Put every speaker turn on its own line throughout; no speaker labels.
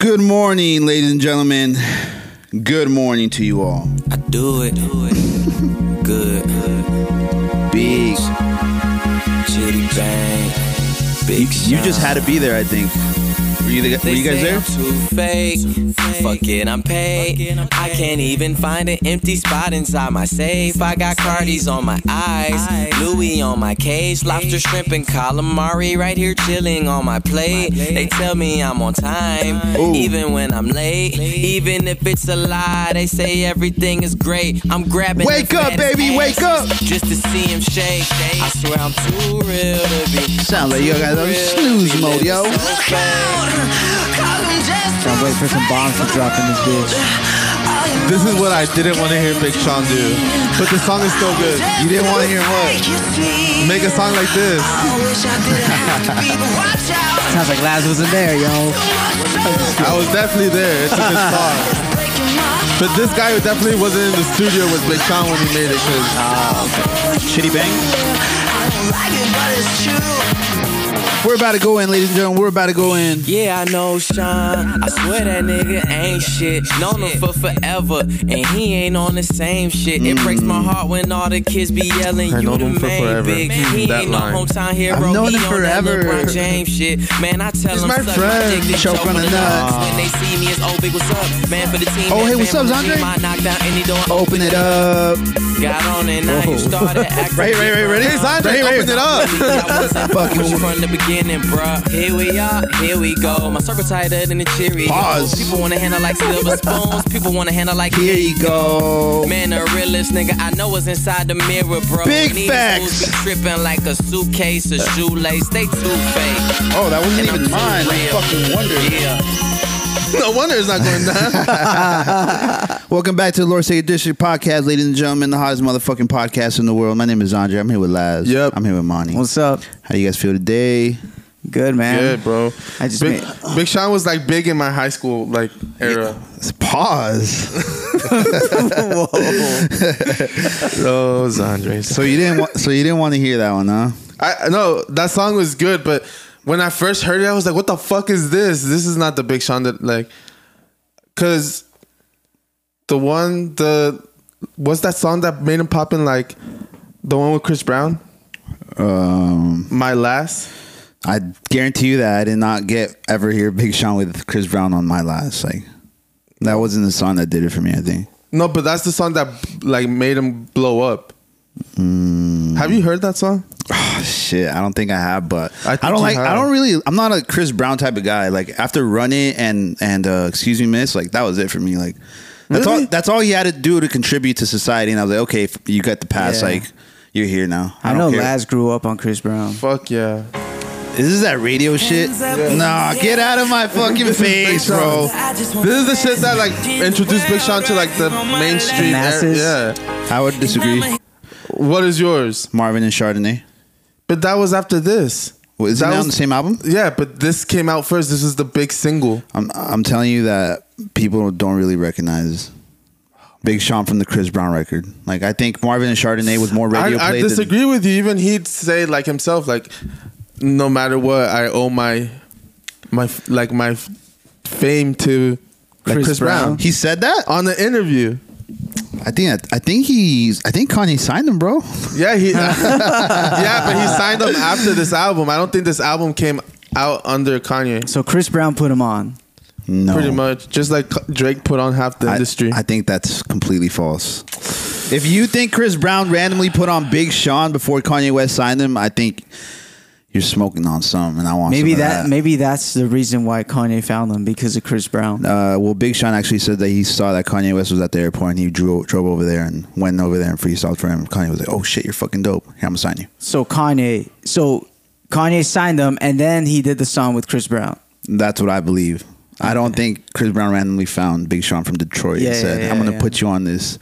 Good morning, ladies and gentlemen. Good morning to you all.
I do it. Do it. Good.
Big.
Chitty bang.
You,
Big
you just had to be there, I think. Were you, the, were
They
you guys
say
there?
I'm too fake. Fuck it, I'm paid. I can't even find an empty spot inside my safe. I got Cardi's on my eyes, Louis on my cage, lobster, shrimp, and calamari right here chilling on my plate. They tell me I'm on time,
Ooh.
even when I'm late. Even if it's a lie, they say everything is great. I'm grabbing. the
Wake up,
fattest
baby, wake
asses
up.
Just to see him shake. I swear I'm too real to be.
Sound like you guys are in
too
snooze
real to
mode,
be
yo.
living so fake.
Can't wait for some bombs to drop in this bitch.
This is what I didn't want to hear Big Sean do. But the song is so good.
You didn't want to hear what?
Make a song like this.
Sounds like Laz wasn't there, yo.
I was definitely there. It's a good song. But this guy definitely wasn't in the studio with Big Sean when he made it. Cause
Shitty bang. We're about to go in, ladies and gentlemen. We're about to go in.
Yeah, I know Sean. I swear that nigga ain't shit. Known him for forever, and he ain't on the same shit. It breaks
Mm.
my heart when all the kids be yelling,
I
"You
known
the
him for
main
forever.
big." He
That
ain't no
line.
hometown hero.
I've known
he
him
on that
forever.
LeBron James shit. Man, I tell
He's
him,
my
suck
friend.
dick, then
Choke on the nuts.
When they see me, it's oh big, what's up, man? For the team.
Oh,
man,
hey, what's up,
family,
Zandre? Oh.
my knockdown, any door I
Open it up.
Got on and now
Oh.
you started acting.
Right, right, right, ready?
hey, Sandra,
Right, right.
open it up.
I wasn't
Fuck
with
you.
you from the beginning, bruh. Here we are, here we go. My circle tighter than the cherry.
Pause.
People wanna handle like silver spoons. People wanna handle like
Here you go.
Man, a realist nigga, I know what's inside the mirror, bro.
Big
These
facts.
fools Be tripping like a suitcase, a shoelace. They too fake.
Oh, that wasn't
And I'm
even
too
mine. I
real.
fucking wonder.
Yeah.
No wonder it's not going down.
Welcome back to the Lord Sacred District podcast, ladies and gentlemen, the hottest motherfucking podcast in the world. My name is Andre. I'm here with Laz.
Yep.
I'm here with Monty.
What's up?
How you guys feel today?
Good, man.
Good, bro.
I just
Big,
made-
Big Sean was like big in my high school like era.
Pause.
Those Andres.
So you didn't. Wa- so you didn't want to hear that one, huh?
I no, that song was good, but when I first heard it, I was like, "What the fuck is this? This is not the Big Sean that like." Cause the one the what's that song that made him pop in like the one with Chris Brown,
Um,
my last.
I guarantee you that I did not get ever hear Big Sean with Chris Brown on my last. Like that wasn't the song that did it for me. I think.
No, but that's the song that like made him blow up.
Hmm.
Have you heard that song?
Oh, shit, I don't think I have, but
I
I,
think
don't
you
like. I
have.
don't really. I'm not a Chris Brown type of guy. Like after Run It and and uh, Excuse Me Miss, like that was it for me. Like that's
Really?
all. That's all he had to do to contribute to society, and I was like, okay, f- you got the pass.
Yeah.
Like you're here now. I,
I
don't
know
care.
Laz grew up on Chris Brown.
Fuck yeah!
Is this that radio shit? Nah, get out of my fucking face,
Sean.
bro.
This is the shit that like introduced Big Sean to like the mainstream.
Masses.
era- Yeah.
I would disagree.
What is yours?
Marvin and Chardonnay.
But that was after this.
Well, Is it
That
now
was-
on the same album?
Yeah, but this came out first. This is the big single.
I'm I'm telling you that people don't really recognize Big Sean from the Chris Brown record. Like I think Marvin and Chardonnay was more radio
I, I
played.
disagree with you. Even he'd say like himself, like, no matter what, I owe my, my f- like my f- fame to like Chris,
Chris
Brown.
Than, he said that.
on the interview.
I think I think he's I think Kanye signed him, bro.
Yeah, he. yeah, but he signed up after this album. I don't think this album came out under Kanye.
So Chris Brown put him on.
No,
Pretty much, just like Drake put on half the
I,
industry.
I think that's completely false. If you think Chris Brown randomly put on Big Sean before Kanye West signed him, I think you're smoking on something. And I want
Maybe
some of
that, maybe that's the reason why Kanye found him because of Chris Brown.
Uh, well, Big Sean actually said that he saw that Kanye West was at the airport and he drew, drove over there and went over there and freestyled for him. Kanye was like, "Oh shit, you're fucking dope. Here, I'm gonna sign you."
So Kanye, so Kanye signed him, and then he did the song with Chris Brown.
That's what I believe. I don't think Chris Brown randomly found Big Sean from Detroit
Yeah,
and
yeah,
said,
yeah,
"I'm gonna
yeah.
put you on this."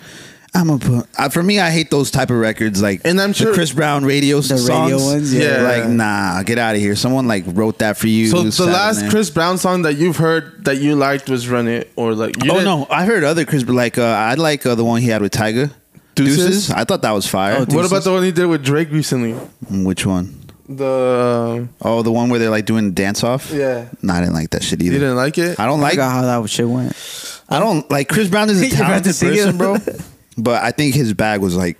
I'm gonna put. Uh, for me, I hate those type of records, like
And I'm
the
sure-
Chris Brown radio
The
songs.
radio ones,
yeah.
like nah, get out of here. Someone like wrote that for you.
so the
sat in
last
there.
Chris Brown song that you've heard that you liked was "Run It" or like. You
oh
didn't-
no, I heard other Chris, but like uh, I like uh, the one he had with Tiger.
Deuces?
I thought that was fire.
Oh,
What about the one he did with Drake recently?
Which one?
the
Oh, the one where they're like doing dance off.
Yeah.
No, I didn't like that shit either.
you didn't like it.
I don't
I
like.
forgot how that shit went.
I don't like Chris Brown is a
You're about to
talented
sing it?
person, bro. But I think his bag was like,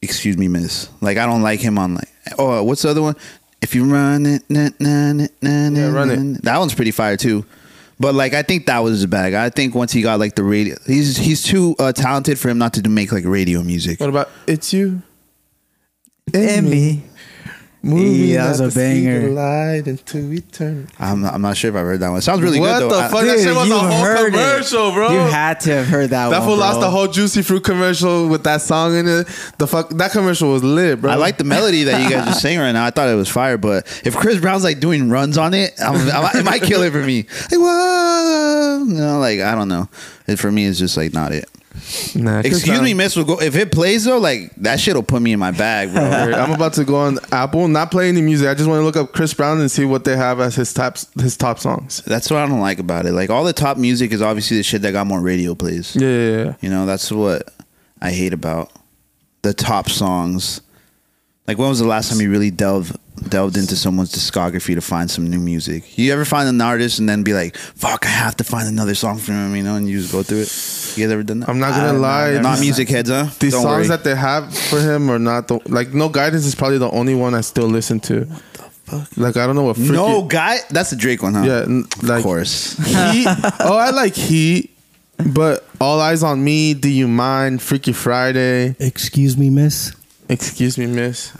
excuse me, miss. Like I don't like him on like. Oh, what's the other one? If you run it, na, na, na, na, na,
Yeah, Run It.
na, na. That one's pretty fire too. But like I think that was his bag. I think once he got like the radio, he's he's too uh, talented for him not to do, make like radio music.
What about it's you?
And me.
Moving
Yeah, that was
at
a
the speed of
banger.
Light into eternity.
I'm not, I'm not sure if I've heard that one. It sounds really
What
good though.
the
I-
fuck? That shit was a whole commercial,
it.
bro.
You had to have heard that,
That
one.
fool lost
bro.
the whole juicy fruit commercial with that song in it. The fuck that commercial was lit, bro.
I like the melody that you guys are singing right now. I thought it was fire, but if Chris Brown's like doing runs on it, I'm, I'm, it might kill it for me. Like, whoa, you know, like I don't know. It, for me, it's just like not it.
Nah, Chris
Excuse
Brown.
me, Miss. Will go if it plays though. Like that shit'll put me in my bag, bro.
I'm about to go on Apple, not play any music. I just want to look up Chris Brown and see what they have as his top his top songs.
That's what I don't like about it. Like all the top music is obviously the shit that got more radio plays.
Yeah, yeah, yeah.
You know, that's what I hate about the top songs. Like, when was the last time you really delved delved into someone's discography to find some new music? You ever find an artist and then be like, "Fuck, I have to find another song from him," you know, and you just go through it. You guys ever done that?
I'm not gonna
don't know,
lie.
never-
not music heads, huh?
These
Don't
songs
worry.
that they have for him are not the like. No guidance is probably the only one I still listen to. What the fuck? Like I don't know what. Freaky,
no guy. That's the Drake one, huh?
Yeah, n-
of
like
course.
Heat. Oh, I like Heat, but All Eyes on Me. Do you mind? Freaky Friday.
Excuse me, miss.
Excuse me, Miss.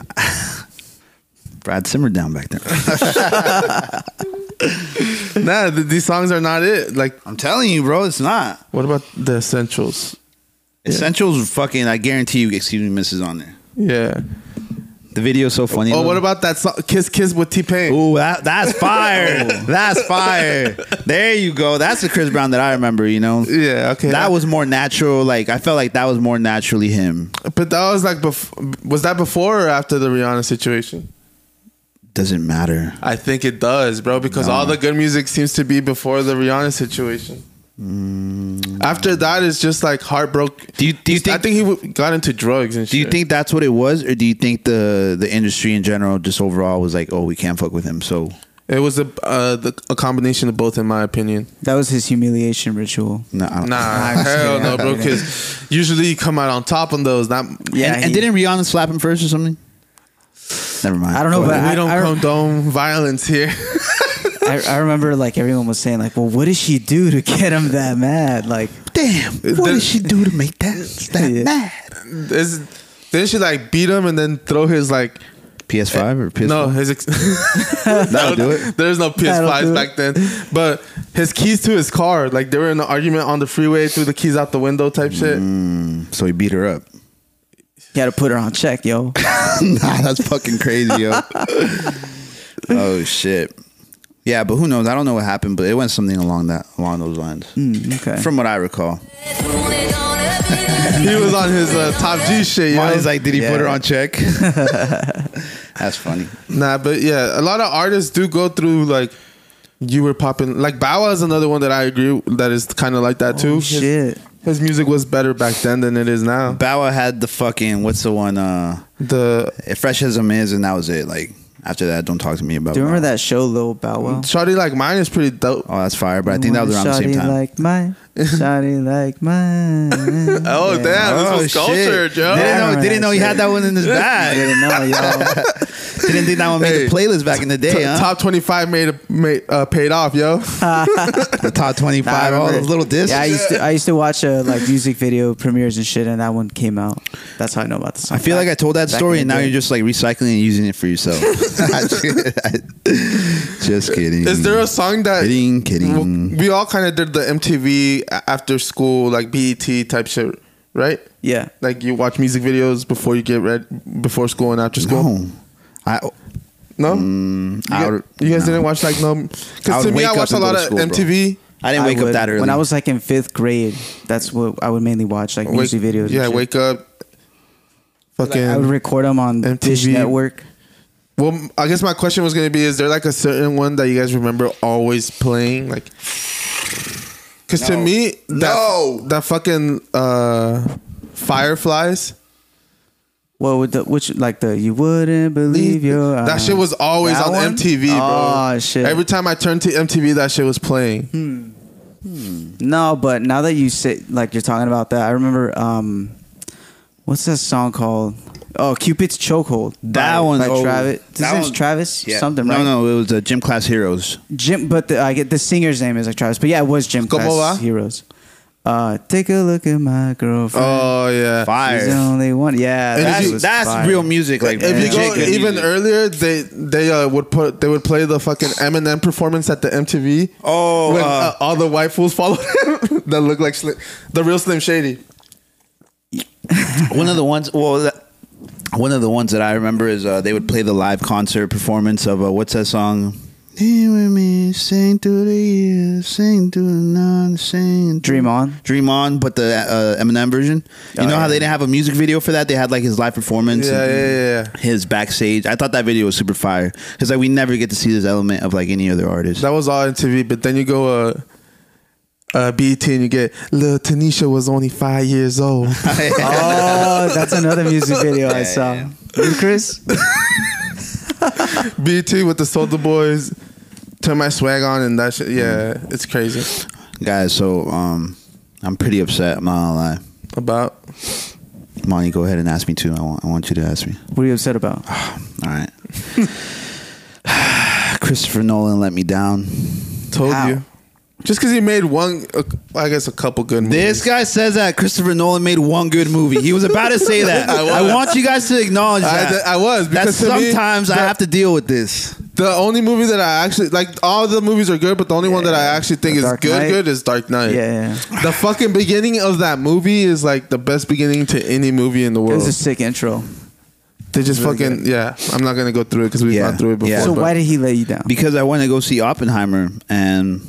Brad Simmer down back there.
Nah, th- these songs are not it. Like,
I'm telling you, bro, it's not.
what about the essentials?
Essentials, fucking. I guarantee you. Excuse me, Miss is on there.
Yeah.
The video's so funny.
Oh,
though.
what about that song? Kiss Kiss with T Pain.
Ooh, that, that's fire. that's fire. There you go. That's the Chris Brown that I remember, you know?
Yeah, okay.
That was more natural. Like, I felt like that was more naturally him.
but that was like, bef- was that before or after the Rihanna situation?
Doesn't matter.
I think it does, bro, because all the good music seems to be before the Rihanna situation. After that, it's just like heartbroken.
Do you, do you
I
think,
think he w- got into drugs and shit.
do you think that's what it was? Or do you think the, the industry in general, just overall, was like, oh, we can't fuck with him? So,
it was a uh, the, a combination of both, in my opinion?
That was his humiliation ritual.
no. I don't,
Nah, hell
I'm kidding,
no,
I'm
bro.
kidding.
Because usually you come out on top on those. Not
Yeah,
and,
he-
and didn't Rihanna slap him first or something? Never mind.
I don't know,
we
but I,
don't
I,
condone violence here.
I, I remember like everyone was saying like, well, what did she do to get him that mad? Like,
Damn. What
The-
did she do to make that, that
Yeah.
mad?
Is didn't she like beat him and then throw his like
PS5 or PS4?
no his ex-
That'll do it.
there's no
That'll
PS5s
do
back then but his keys to his car like they were in an argument on the freeway threw the keys out the window type shit
So he beat her up.
you gotta put her on check, yo.
nah, that's fucking crazy, yo. oh shit. Yeah, but who knows? I don't know what happened, but it went something along that along those lines.
Mm. Okay.
From what I recall.
he was on his uh, top G shit yo.
Marley's like, did he
Yeah.
put her on check? that's funny.
nah but yeah a lot of artists do go through like you were popping like Bow Wow is another one that I agree that is kind of like that too
Oh,
His-
shit.
his, music was better back then than it is now
Bawa had the fucking what's the one uh
the
fresh as a miz and that was it. Like after that, don't talk to me about
Do you
Bow
remember
Wow.
that show, Lil Bow Wow?
Shawty Like Mine is pretty dope
Oh, that's fire, but Mm, I think that was around the same
Shawty
time.
Like mine, shawty like mine.
oh
Yeah.
damn this
Oh,
was
shit.
cultured yo
Didn't
I
know,
remember
didn't
that
know he
shit.
had that one in his
I
bag.
didn't know, yo.
didn't think that one made
Hey,
the playlist back in the day,
T-
huh?
Top 25 made, a, made uh, paid off, yo.
the top
Nah, I
25, all
remember-
those little discs.
Yeah, I used to I used to watch uh, like music video premieres and shit, and that one came out. That's how I know about the song.
I feel like I told that
back
story,
in
and
the
now
day.
you're just like recycling and using it for yourself. just kidding.
Is there a song that
kidding?
w-
Kidding.
we all kind of did the MTV a- after school, like BET type shit, right?
yeah.
Like you watch music videos before you get read before school and after school.
No, I
No, you,
Mm, I
gu-
would-
you guys
no.
didn't watch like no.
I
Because to
would
me,
wake
I
up
watched a
and go
lot
to
of
school, bro.
MTV.
I didn't wake up
would-
that early.
When I was like in fifth grade, that's what I would mainly watch, like
Wake,
music videos. and
yeah,
shit.
wake up.
Like,
Fucking.
I would record them on Dish
MTV.
Network.
well, m- I guess my question was gonna be: Is there like a certain one that you guys remember always playing? Like, because to
No.
me, that,
No.
that fucking uh, Fireflies.
What would the which like the you wouldn't believe your
that
eyes.
shit was always
That
on
one?
MTV, bro.
Oh, shit.
Every time I turned to MTV, that shit was playing.
No, but now that you say like you're talking about that, I remember um, what's that song called? Oh, Cupid's Chokehold.
That
by,
one-
by
oh,
Travis. His
that
name's
one-
Travis something,
no,
right?
No, no, it was uh, Gym Class Heroes.
Jim, but the, I get the singer's name is like Travis, but yeah, it was Jim
Como
Class
va?
Heroes. Uh, take a look at my girlfriend.
Oh yeah.
Fire.
She's the only one. Yeah,
And
that
if you-
That's,
was
that's
fire.
real music. Like
If you
legit
go
good
even
music.
earlier, they they uh, would put they would play the fucking Eminem performance at the MTV.
Oh,
when
uh,
uh, all the white fools followed him that look like sli the real Slim Shady.
one of the ones. Well, that, one of the ones that I remember is uh, they would play the live concert performance of uh, what's that song? Here with me, sing through the years, sing through the night, sing.
Dream on.
Dream on, but the uh, Eminem version. You
Oh,
know how
yeah.
they didn't have a music video for that? They had like his live performance.
Yeah,
and
yeah, yeah, yeah.
His backstage. I thought that video was super fire because like we never get to see this element of like any other artist.
That was all MTV, but then you go uh, uh BET and you get Lil Tanisha was only five years old.
Oh, that's another music video I saw. You, Chris?
BET E with the Soldier Boys. Turn my swag on and that shit. Yeah, it's crazy.
Guys, so um, I'm pretty upset. I'm not gonna lie.
About
Monty, go ahead and ask me too. I want, I want you to ask me.
What are you upset about?
All right. Christopher Nolan let me down.
told
How?
you. Just because he made one, uh, I guess a couple good movies.
This guy says that Christopher Nolan made one good movie. He was about to say that. I, want you guys to acknowledge
I,
that.
I was
that
because to me,
sometimes I
the-
have to deal with this.
The only movie that I actually like, all the movies are good, but the only one that I actually think
The
is
Dark
good,
Knight.
good is Dark Knight.
Yeah, yeah.
The fucking beginning of that movie is like the best beginning to any movie in the
It
world.
was a sick intro.
they just fucking yeah. I'm not gonna go through it because we've
Yeah.
gone through it before.
Yeah.
so
but-
why did he let you down?
because I went to go see Oppenheimer, and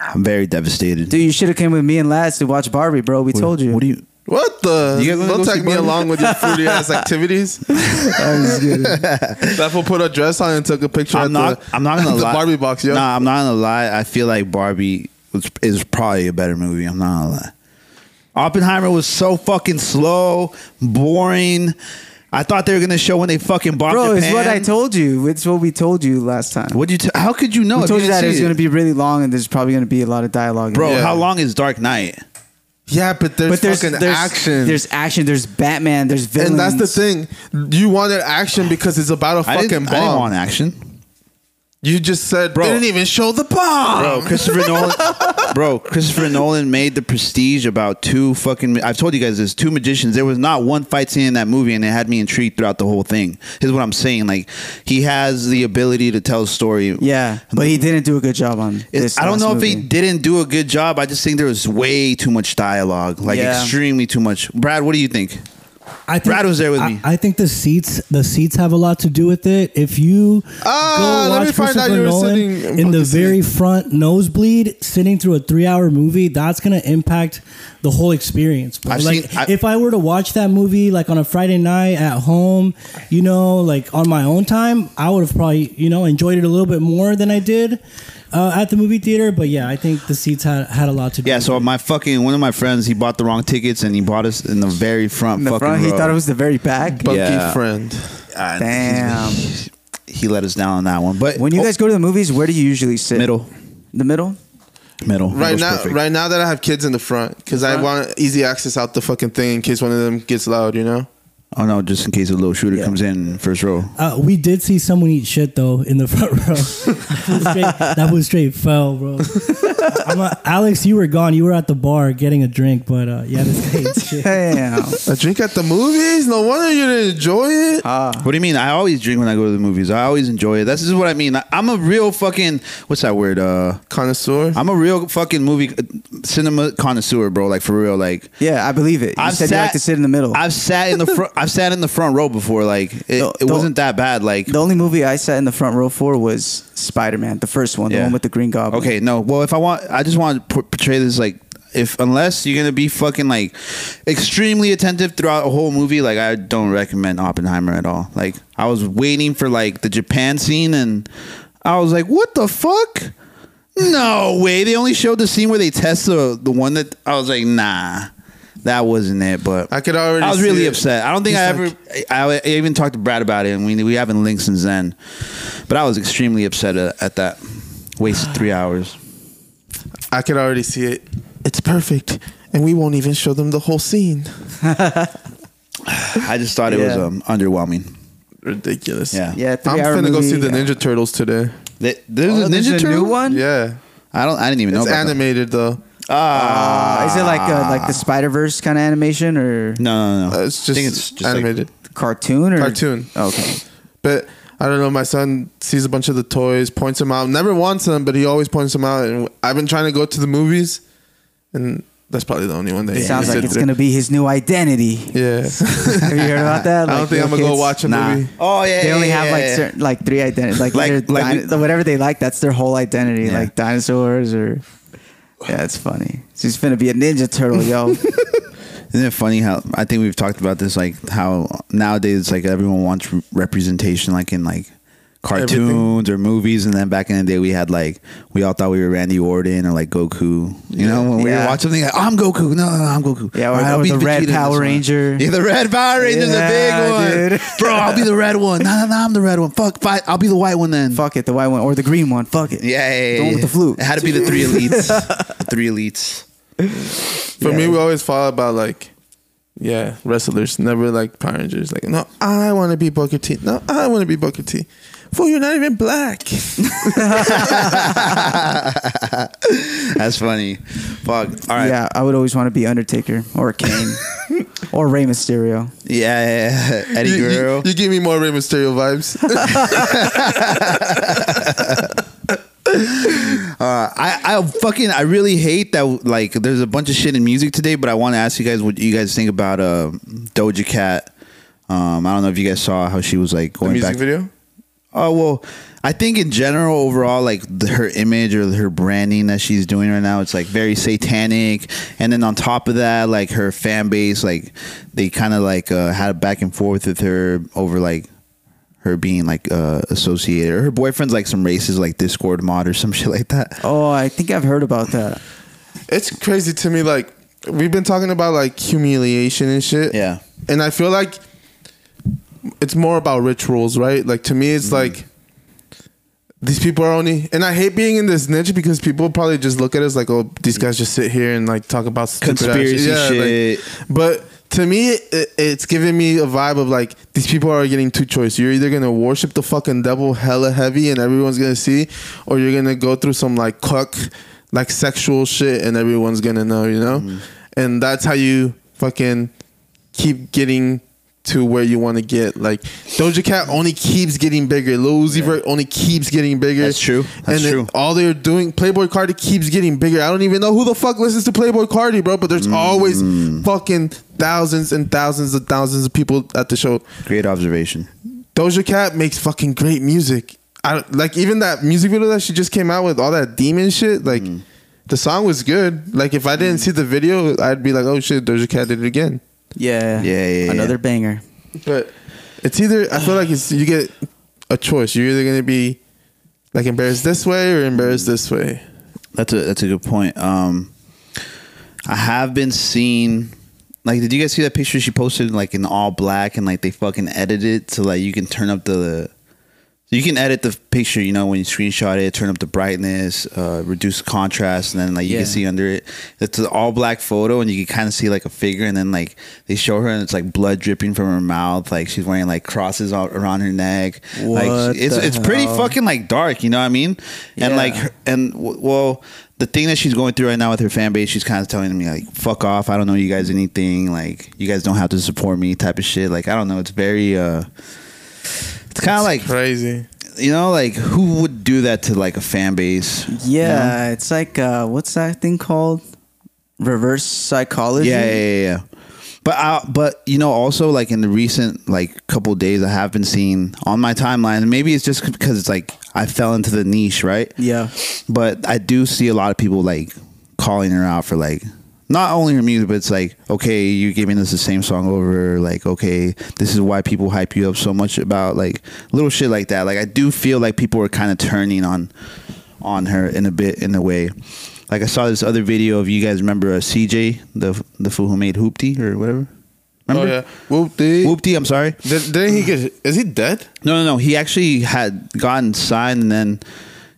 I'm very devastated.
Dude, you should have came with me and Laz to watch Barbie, bro. We told you.
What do you?
what the?
You guys wanna
Don't
go see
take me
Barbie?
along with your fruity ass activities. That fool put a dress on and took a picture.
I'm
at
not.
The,
I'm not
at
gonna
the
lie.
Barbie box, yo.
Nah, I'm not gonna lie. I feel like Barbie was, is probably a better movie. I'm not gonna lie. Oppenheimer was so fucking slow, boring. I thought they were gonna show when they fucking bombed
Bro,
Japan.
it's what I told you. It's what we told you last time.
What you? T- how could you know?
we
if
told you
didn't
that
see
it was going to be really long and there's probably going to be a lot of dialogue. in
Bro,
it.
Yeah.
how long is Dark Knight?
yeah, but there's,
but there's,
fucking
there's
action.
There's action. There's Batman. There's villains.
and that's the thing. You wanted action because it's about a
I
fucking
didn't,
bomb.
I didn't want action,
You just said
Bro.
they didn't even show the bomb.
bro. Christopher Nolan, bro. Christopher Nolan made the Prestige about two fucking. I've told you guys this. Two magicians. There was not one fight scene in that movie, and it had me intrigued throughout the whole thing. Is what I'm saying. Like he has the ability to tell a story.
Yeah, but he didn't do a good job on
It's-
this.
I don't
last
know if he
movie.
didn't do a good job. I just think there was way too much dialogue, like
Yeah.
extremely too much. Brad, what do you think?
I think,
Brad was there with
I,
me.
I think the seats, the seats have a lot to do with it. If you
Ah,
go
let
watch
me find out
Christopher
you were
Nolan
sitting-
in the
fucking
very front nosebleed, sitting through a three-hour movie, that's gonna impact the whole experience. bro.
I've
like,
seen- I-
if I were to watch that movie like on a Friday night at home, you know, like on my own time, I would have probably you know enjoyed it a little bit more than I did. Uh, at the movie theater, but yeah, I think the seats had, had a lot to do.
Yeah,
with
so my fucking one of my friends, he bought the wrong tickets and he bought us in the very front.
In the
fucking
front, he
row.
thought it was the very back.
Bunky
Yeah.
friend.
Ah,
Damn.
he let us down on that one. But
when you guys go to the movies, where do you usually sit?
Oh. middle,
The middle.
middle,
Right
middle's
now,
perfect.
right now that I have kids in the front, because I want easy access out the fucking thing in case one of them gets loud. You know.
Oh no, just in case a little shooter
Yeah.
comes in first row.
Uh, we did see someone eat shit though in the front row. that was straight, fell, bro. I'm a, Alex, you were gone. You were at the bar getting a drink, but uh, yeah, this guy ate shit.
Damn.
A drink at the movies? No wonder you didn't enjoy it.
What do you mean? I always drink when I go to the movies. I always enjoy it. That's just what I mean. I, I'm a real fucking what's that word? Uh,
Connoisseur.
I'm a real fucking movie uh, cinema connoisseur, bro. Like for real. Like
yeah, I believe it. You
I've
said you like to sit in the middle.
I've sat in the front. I've sat in the front row before. Like it,
No,
it
don't-
wasn't that bad. Like
the only movie I sat in the front row for was Spider Man, the first one, the
Yeah.
one with the Green Goblin.
Okay, no. Well, if I want, I just want to por- portray this like if unless you're gonna be fucking like extremely attentive throughout a whole movie, like I don't recommend Oppenheimer at all. Like I was waiting for like the Japan scene, and I was like, what the fuck? No way. They only showed the scene where they test the the one that I was like, nah. that wasn't it. But
I could already.
I was
see
really
it.
upset. I don't think I ever. I, I even talked to Brad about it, and we we haven't linked since then. But I was extremely upset at, at that wasted three hours.
I could already see it. It's perfect, and we won't even show them the whole scene.
I just thought it was
Yeah.
um, underwhelming.
Ridiculous.
Yeah,
Yeah,
I'm
three-hour
finna go
movie,
see the
yeah.
Ninja Turtles today.
Th- there's
Oh,
a Ninja
there's a
Turtle?
new one.
Yeah,
I don't. I didn't even
it's
know. About that.
animated though.
Uh, is it like uh
Ah.
like the Spider Verse kind of animation or
No, no, no.
Uh, it's just,
I think it's just like-
animated,
cartoon or
cartoon.
Okay,
But I don't know. My son sees a bunch of the toys, points them out. Never wants them, but he always points them out. And I've been trying to go to the movies, and that's probably the only one that
it
he
sounds
sits
like it's
through.
gonna be his new identity.
Yeah,
Have you heard about that?
I don't
Like,
think I'm
little
gonna go
kids-
watch a
nah.
movie.
Oh yeah.
They only
yeah,
have
yeah,
like
yeah.
certain like three identities, like,
Like-
like,
like we-
whatever they like. That's their whole identity,
Yeah.
like dinosaurs or. Yeah, it's funny. She's gonna be a ninja turtle, yo.
Isn't it funny how I think we've talked about this, like how nowadays it's like everyone wants re- representation, like in like cartoons or movies, and then back in the day we had like we all thought we were Randy Orton or like Goku. You know, when we
Yeah.
were watching something, like, I'm Goku. No, no, no, I'm Goku.
Yeah, or-
All
or
I'll be
the Red
Vegeta in this
Power
one.
Ranger.
Yeah, the Red Power Ranger's
Yeah,
a big one,
dude.
bro. I'll be the red one. No, no, no, I'm the red one. Fuck, fight. I'll be the white one then.
fuck it, the white one or the green one. Fuck it.
Yeah, yeah, yeah,
The one with
yeah.
the flute.
It had to be the three elites. the three elites.
For me,
Yeah.
we always thought about like, yeah, wrestlers, never like Power Rangers. Like, no, I want to be Booker T. No, I want to be Booker T. Fool, you're not even black.
That's funny. Fuck. All right.
Yeah, I would always want to be Undertaker or Kane or Rey Mysterio.
Yeah, yeah, yeah. Eddie
you,
Guerrero.
you, you give me more Rey Mysterio vibes.
Uh, I, I fucking I really hate that like there's a bunch of shit in music today, but I want to ask you guys what you guys think about uh, Doja Cat. Um, I don't know if you guys saw how she was like
the
going
music
back.
video.
Oh well, I think in general overall like the, her image or her branding that she's doing right now, it's like very satanic. And then on top of that, like her fan base, like they kind of like uh, had a back and forth with her over like her being like uh, associated or her boyfriend's like some racist like Discord mod or some shit like that.
Oh, I think I've heard about that.
It's crazy to me. Like, we've been talking about like humiliation and shit.
Yeah.
and I feel like it's more about rituals, right? Like to me, it's
Mm-hmm.
like these people are only, and I hate being in this niche because people probably just look at us like, oh, these guys just sit here and like talk about stupid ass
Conspiracy
Yeah, like-
shit.
but to me, it, it's giving me a vibe of like these people are getting two choices. You're either gonna worship the fucking devil hella heavy and everyone's gonna see, or you're gonna go through some like cuck, like sexual shit and everyone's gonna know, you know.
Mm-hmm.
And that's how you fucking keep getting to where you want to get. Like Doja Cat only keeps getting bigger. Lil Uzi Vert only keeps getting bigger.
That's true. That's
and it-
true.
all they're doing, Playboy Cardi keeps getting bigger. I don't even know who the fuck listens to Playboy Cardi, bro. But there's always
Mm.
fucking thousands and thousands and thousands of people at the show.
Great observation.
Doja Cat makes fucking great music. I like even that music video that she just came out with, all that demon shit. Like
Mm.
the song was good. Like if I didn't see the video, I'd be like, oh shit, Doja Cat did it again.
Yeah.
Yeah, yeah, yeah.
Another banger.
But it's either I feel like it's you get a choice. You're either gonna be like embarrassed this way or embarrassed this way.
That's a that's a good point. Um, I have been seeing. Like, did you guys see that picture she posted? Like in all black, and like they fucking edited it to like you can turn up the. You can edit the picture, you know, when you screenshot it, turn up the brightness, uh, reduce contrast, and then like you
Yeah.
can see under it. It's an all black photo, and you can kind of see like a figure, and then like they show her, and it's like blood dripping from her mouth. Like she's wearing like crosses all around her neck.
What
like it's
the
it's pretty
hell?
fucking like dark, you know what I mean? And
Yeah.
like her- and w- well, the thing that she's going through right now with her fan base, she's kind of telling me like, "Fuck off! I don't know you guys anything. Like, you guys don't have to support me." Type of shit. Like, I don't know. It's very, uh it's kind of like
Crazy.
you know, like who would do that to like a fan base?
Yeah, it's like uh, what's that thing called? Reverse psychology.
Yeah, yeah, yeah, yeah. But I, but you know, also like in the recent like couple days, I have been seeing on my timeline. and Maybe it's just because it's like I fell into the niche, right?
Yeah.
but I do see a lot of people like calling her out for like not only her music, but it's like, okay, you're giving us the same song over. Like, okay, this is why people hype you up so much about like little shit like that. Like, I do feel like people are kind of turning on on her in a bit in a way. Like I saw this other video of you guys remember uh, CJ, the the fool who made Hoopty or whatever.
Oh
Remember?
yeah, whoop dee.
Whoopty, I'm sorry.
Did, didn't he get? Is he dead?
No, no, no. He actually had gotten signed, and then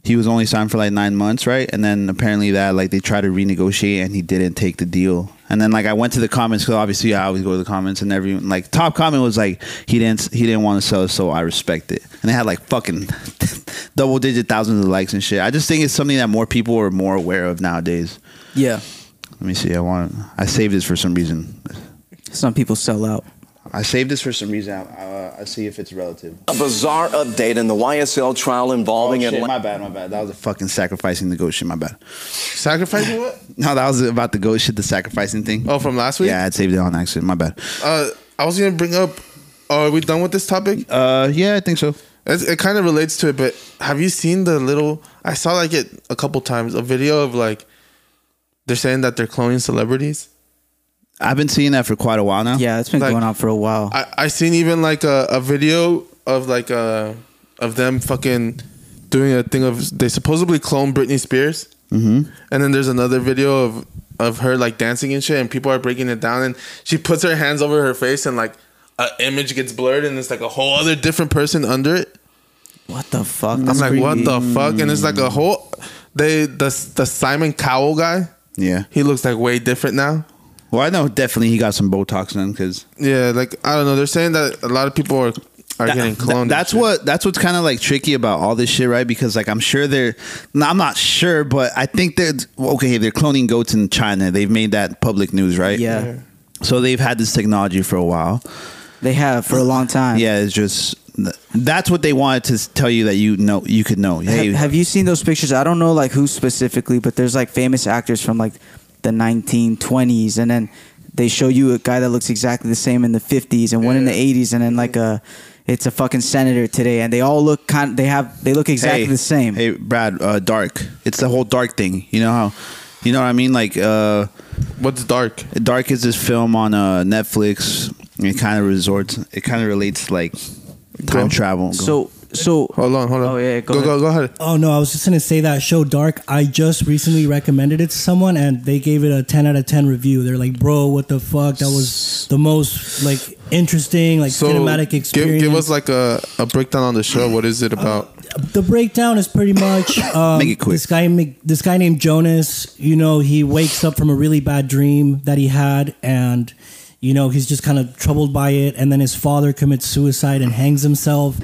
he was only signed for like nine months, right? And then apparently that like they tried to renegotiate, and he didn't take the deal. And then like I went to the comments because obviously I always go to the comments, and everyone like top comment was like he didn't he didn't want to sell, it, so I respect it. And they had like fucking double digit thousands of likes and shit. I just think it's something that more people are more aware of nowadays.
Yeah.
Let me see. I want I saved this for some reason.
Some people sell out.
I saved this for some reason. I, uh, I, I see if it's relative.
A bizarre update in the YSL trial involving
Oh, shit,
Atlanta.
my bad, my bad. That was a fucking sacrificing the goat shit. My bad.
Sacrificing what?
No, that was about the goat shit, the sacrificing thing.
Oh, from last week.
yeah, I saved it on accident. My bad.
Uh, I was gonna bring up. uh, Are we done with this topic?
Uh, yeah, I think so.
It's, it kind of relates to it, but have you seen the little? I saw like it a couple times. A video of like they're saying that they're cloning celebrities.
I've been seeing that for quite a while now.
Yeah, it's been
Like-
going on for a while.
I I seen even like a, a video of like uh of them fucking doing a thing of they supposedly cloned Britney Spears, mm-hmm. and then there's another video of of her like dancing and shit, and people are breaking it down, and she puts her hands over her face, and like a image gets blurred, and it's like a whole other different person under it.
what the fuck?
I'm
That's
like,
creepy.
what the fuck? And it's like a whole they the the Simon Cowell guy.
Yeah.
He looks like way different now.
Well, I know definitely he got some Botox in because
Yeah, like I don't know. They're saying that a lot of people are are getting cloned. and
that's
shit.
what that's what's kind of like tricky about all this shit, right? Because like I'm sure they're, no, I'm not sure, but I think they're okay. They're cloning goats in China. They've made that public news, right?
Yeah.
So they've had this technology for a while.
They have for a long time.
Yeah, it's just that's what they wanted to tell you that you know you could know. Hey,
Have, have you seen those pictures? I don't know like who specifically, but there's like famous actors from like the 1920s, and then they show you a guy that looks exactly the same in the 50s, and one in the 80s, and then like a it's a fucking senator today, and they all look kind. They have they look exactly
hey,
the same.
Hey, Brad, uh, dark. It's the whole dark thing. You know how, you know what I mean? Like, uh,
what's dark.
dark is this film on uh, Netflix. It kind of resorts. It kind of relates to, like time
Go.
travel.
So so
Hold on, hold on.
Oh, yeah, go
go, go,
ahead.
go ahead.
Oh no, I was just gonna say that show Dark. I just recently recommended it to someone, and they gave it a ten out of ten review. They're like, "Bro, what the fuck? That was the most like interesting, like
So
cinematic
give
experience."
give us like a, a breakdown on the show. What is it about?
the breakdown is pretty much um,
Make it quick.
This guy, make- this guy named Jonas. You know, he wakes up from a really bad dream that he had, and you know he's just kind of troubled by it. And then his father commits suicide and hangs himself,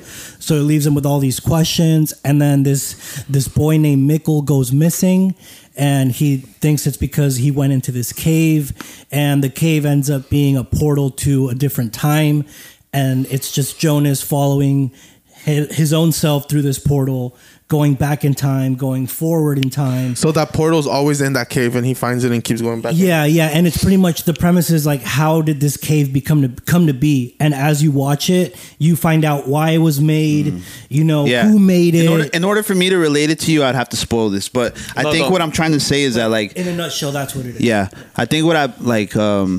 so it leaves him with all these questions. And then this this boy named Mickle goes missing. And he thinks it's because he went into this cave, and the cave ends up being a portal to a different time. And it's just Jonas following hi- his own self through this portal, going back in time, going forward in time.
so that portal's always in that cave, and he finds it and keeps going back.
Yeah, yeah, and it's pretty much the premise is like how did this cave become to come to be? And as you watch it, you find out why it was made, you know,
Mm. yeah.
who made it.
In order, in order for me to relate it to you, I'd have to spoil this. But I
No,
think
no.
what I'm trying to say is that like
in a nutshell, that's what it is.
Yeah, I think what I like. um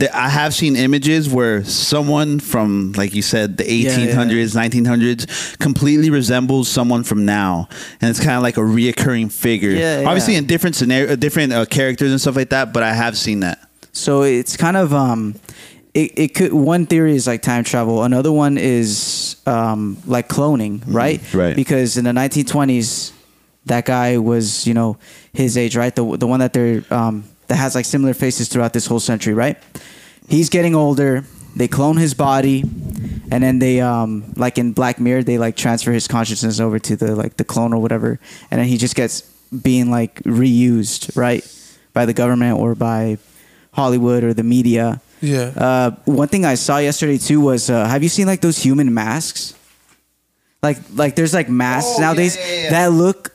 that I have seen images where someone from, like you said, the
yeah.
1800s, 1900s, completely resembles someone from now, and it's kind of like a reoccurring figure.
Yeah, yeah.
Obviously, in different scenario, different uh, characters and stuff like that. But I have seen that.
So it's kind of um, it, it could one theory is like time travel. Another one is um, like cloning,
Mm-hmm.
right?
right.
Because in the 1920s, that guy was you know his age, right? The the one that they're um, that has like similar faces throughout this whole century, right? He's getting older. They clone his body, and then they um, like in Black Mirror, they like transfer his consciousness over to the like the clone or whatever, and then he just gets being like reused, right, by the government or by Hollywood or the media.
Yeah.
Uh, one thing I saw yesterday too was uh, have you seen like those human masks? Like like there's like masks
Oh,
nowadays
yeah, yeah, yeah.
that look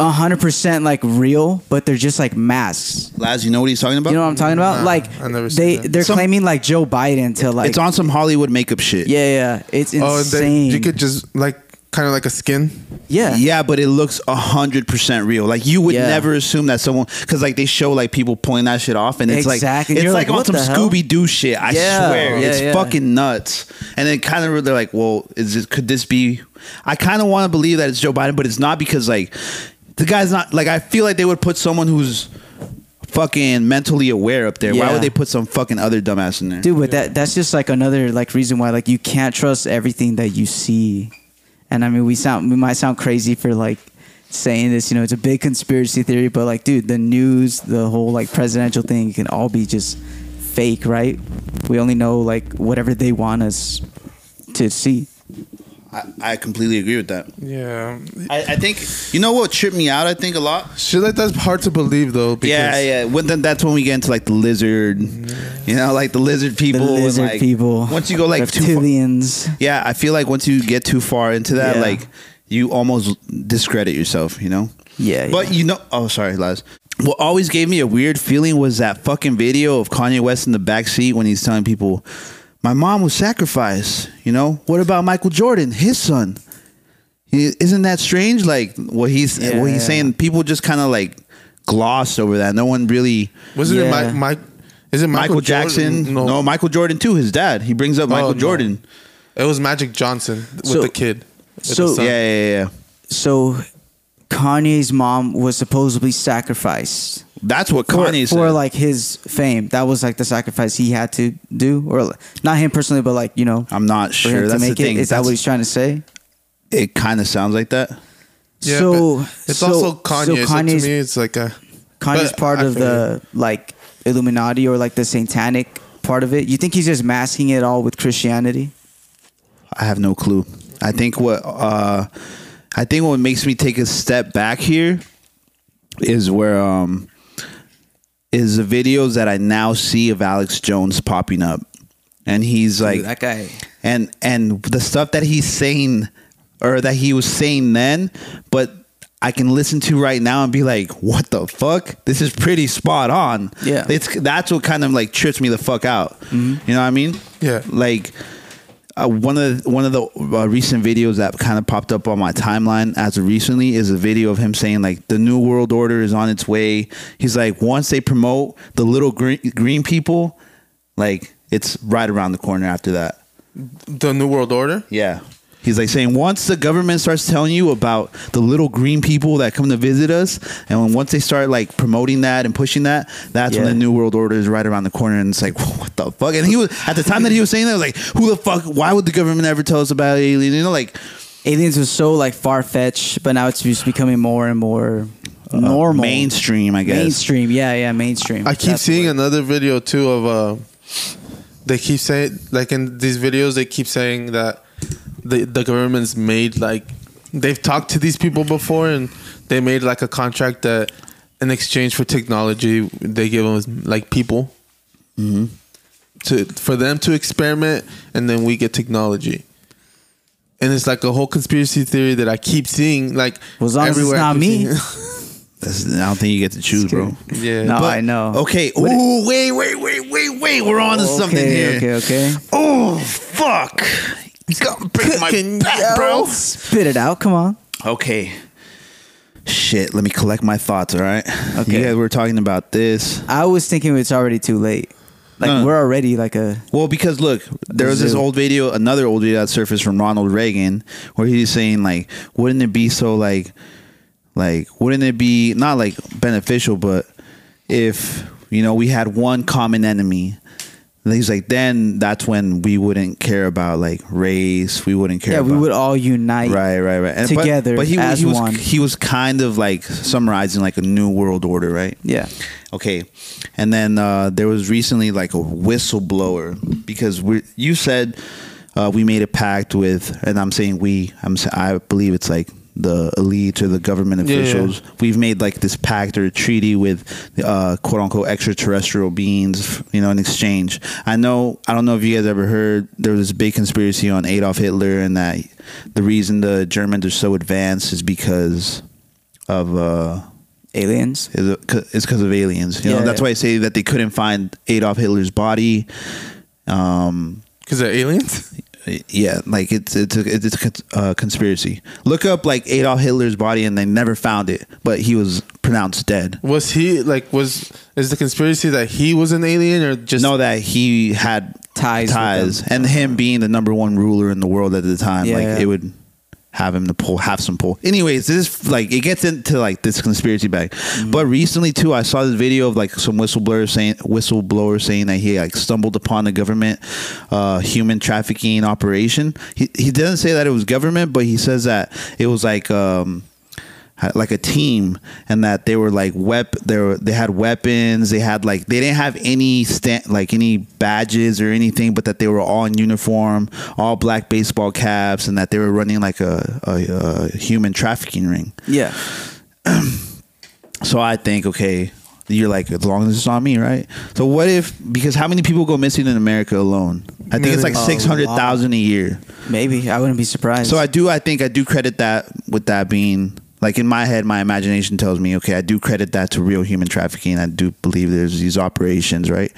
hundred percent like real, but they're just like masks.
Laz, you know what he's talking about?
You know what I'm talking about?
Nah,
like
I never seen
they
that.
they're
Some-
claiming like Joe Biden to like
it's on some Hollywood makeup shit.
yeah yeah it's
Oh, and then
insane.
you could just like kind of like a skin.
yeah
Yeah, but it looks hundred percent real. Like you would
Yeah.
never assume that someone because like they show like people pulling that shit off, and it's
Exactly.
like it's
You're
like,
like,
on
what
some
the hell?
Scooby Doo shit. I
Yeah.
swear,
Yeah,
it's
yeah.
fucking nuts. And then kind of they're like, well, is this could this be? I kind of want to believe that it's Joe Biden, but it's not because like. the guy's not like I feel like they would put someone who's fucking mentally aware up there. Why
Yeah.
would they put some fucking other dumbass in there?
dude but that that's just like another like reason why like you can't trust everything that you see and i mean we sound we might sound crazy for like saying this you know it's a big conspiracy theory but like dude the news the whole like presidential thing can all be just fake right we only know like whatever they want us to see
I, I completely agree with that.
Yeah,
I, I think you know what tripped me out. I think a lot.
shit like that's hard to believe though. Because
yeah, yeah. When then that's when we get into like the lizard, you know, like the lizard people. and,
lizard
like,
people.
Once you go like too far,
reptilians
yeah, I feel like once you get too far into that,
Yeah.
like you almost discredit yourself. You know.
yeah
But
yeah.
you know, oh sorry, Laz. What always gave me a weird feeling was that fucking video of Kanye West in the backseat when he's telling people, "My mom was sacrificed." You know, what about Michael Jordan, his son? He- Isn't that strange? Like what he's
Yeah.
what he's saying. People just kind of like glossed over that. No one really.
was it
Yeah.
Mike? Mike? Is it
Michael,
Michael, Jordan?
Jackson, no. Michael Jordan too. His dad. He brings
Oh,
up Michael
no.
Jordan.
It was Magic Johnson with
So-
the kid. with the
so-
Yeah,
son.
yeah, yeah, yeah.
so kanye's mom was supposedly sacrificed
That's what
for,
Kanye
for
said.
like his fame. That was like the sacrifice he had to do, or like, not him personally, but like you know,
I'm not
for him
sure.
to
That's the
make it.
thing.
Is that
That's-
what he's trying to say?
it kind of sounds like that.
Yeah,
so
but it's
so-
also Kanye.
So
So,
Kanye's
to me, it's like a
Kanye's
but
part
I
of the like Illuminati or like the satanic part of it. You think he's just masking it all with Christianity?
I have no clue. I think what uh, I think what makes me take a step back here is where um is the videos that I now see of Alex Jones popping up, and he's like
Dude, that guy.
and and the stuff that he's saying or that he was saying then, but I can listen to right now and be like, "What the fuck? This is pretty spot on."
Yeah.
it's that's what kind of like trips me the fuck out. You know what I mean?
Yeah.
like uh, one of the, one of the uh, recent videos that kind of popped up on my timeline as of recently is a video of him saying like the new world order is on its way. He's like once they promote the little green, green people, like it's right around the corner after that.
the New World Order.
Yeah. He's like saying once the government starts telling you about the little green people that come to visit us, and when, once they start like promoting that and pushing that, that's when
Yeah.
the new world order is right around the corner. And it's like, what the fuck? And he was at the time that he was saying that, I was like, who the fuck? Why would the government ever tell us about alien? You know, like
Aliens was so like far fetched, but now it's just becoming more and more normal,
Uh, mainstream, I guess.
mainstream. Yeah, yeah, mainstream.
I keep
That's
seeing another video too of uh, they keep saying like in these videos they keep saying that the the government's made like they've talked to these people before and they made like a contract that in exchange for technology they give them like people
Mm-hmm.
to for them to experiment and then we get technology. And it's like a whole conspiracy theory that I keep seeing, like
Well, as long as it's
everywhere I
not
keep
me.
seeing-
That's, I don't think you get to choose, bro.
yeah,
No, I know.
Okay. Ooh, wait, wait, wait, wait, wait. We're on to something here.
okay, Okay, okay.
Oh fuck! He's gonna break my
Cooking,
back,
yo.
bro.
Spit it out. Come on.
Okay. Shit, let me collect my thoughts, all right?
Okay.
You guys were talking about this.
I was thinking it's already too late. Like
No.
we're already like a
Well, because look, there was this
Zoo.
old video, another old video that surfaced from Ronald Reagan where he's saying like, wouldn't it be so like like wouldn't it be not like beneficial, but if, you know, we had one common enemy. And he's like, then that's when we wouldn't care about like race, we wouldn't care
yeah.
about
We would all unite.
right, right, right. And- but-
together
but, he, was-
as
he was,
one.
He was kind of like summarizing like a new world order, right?
Yeah.
Okay, and then uh, there was recently like a whistleblower because we you said uh, we made a pact with, and I'm saying we, I'm sa- I believe it's like the elite or the government
Yeah, yeah.
officials. We've made like this pact or a treaty with uh, quote unquote extraterrestrial beings, you know, in exchange. I know I don't know if you guys ever heard there was this big conspiracy on Adolf Hitler and that the reason the Germans are so advanced is because of. Uh,
Aliens.
is is because of aliens. You know,
Yeah,
that's
yeah.
why I say that they couldn't find Adolf Hitler's body. Um,
because they're aliens.
yeah, like it's it's a, it's a cons- uh, conspiracy. Look up like Adolf Hitler's body, and they never found it, but he was pronounced dead.
Was he like was is the conspiracy that he was an alien or just
Know that he had
Ties with
ties, and him being the number one ruler in the world at the time,
Yeah,
like
yeah.
it would have him to pull, have some pull. Anyways, this is like it gets into like this conspiracy bag.
Mm.
But recently too, I saw this video of like some whistleblower saying whistleblower saying that he like stumbled upon a government uh, human trafficking operation. He he doesn't say that it was government, but he says that it was like. Um, ha- like a team and that they were like wep they were, they had weapons they had like they didn't have any sta- like any badges or anything but that they were all in uniform all black baseball caps and that they were running like a, a, a human trafficking ring
Yeah.
so I think, okay, you're like, as long as it's on me, right? So what if because how many people go missing in America alone? I think it's like
A
six hundred thousand a year.
Maybe. I wouldn't be surprised.
So I do I think I do credit that with that being like in my head, my imagination tells me, okay, I do credit that to real human trafficking. I do believe there's these operations, right?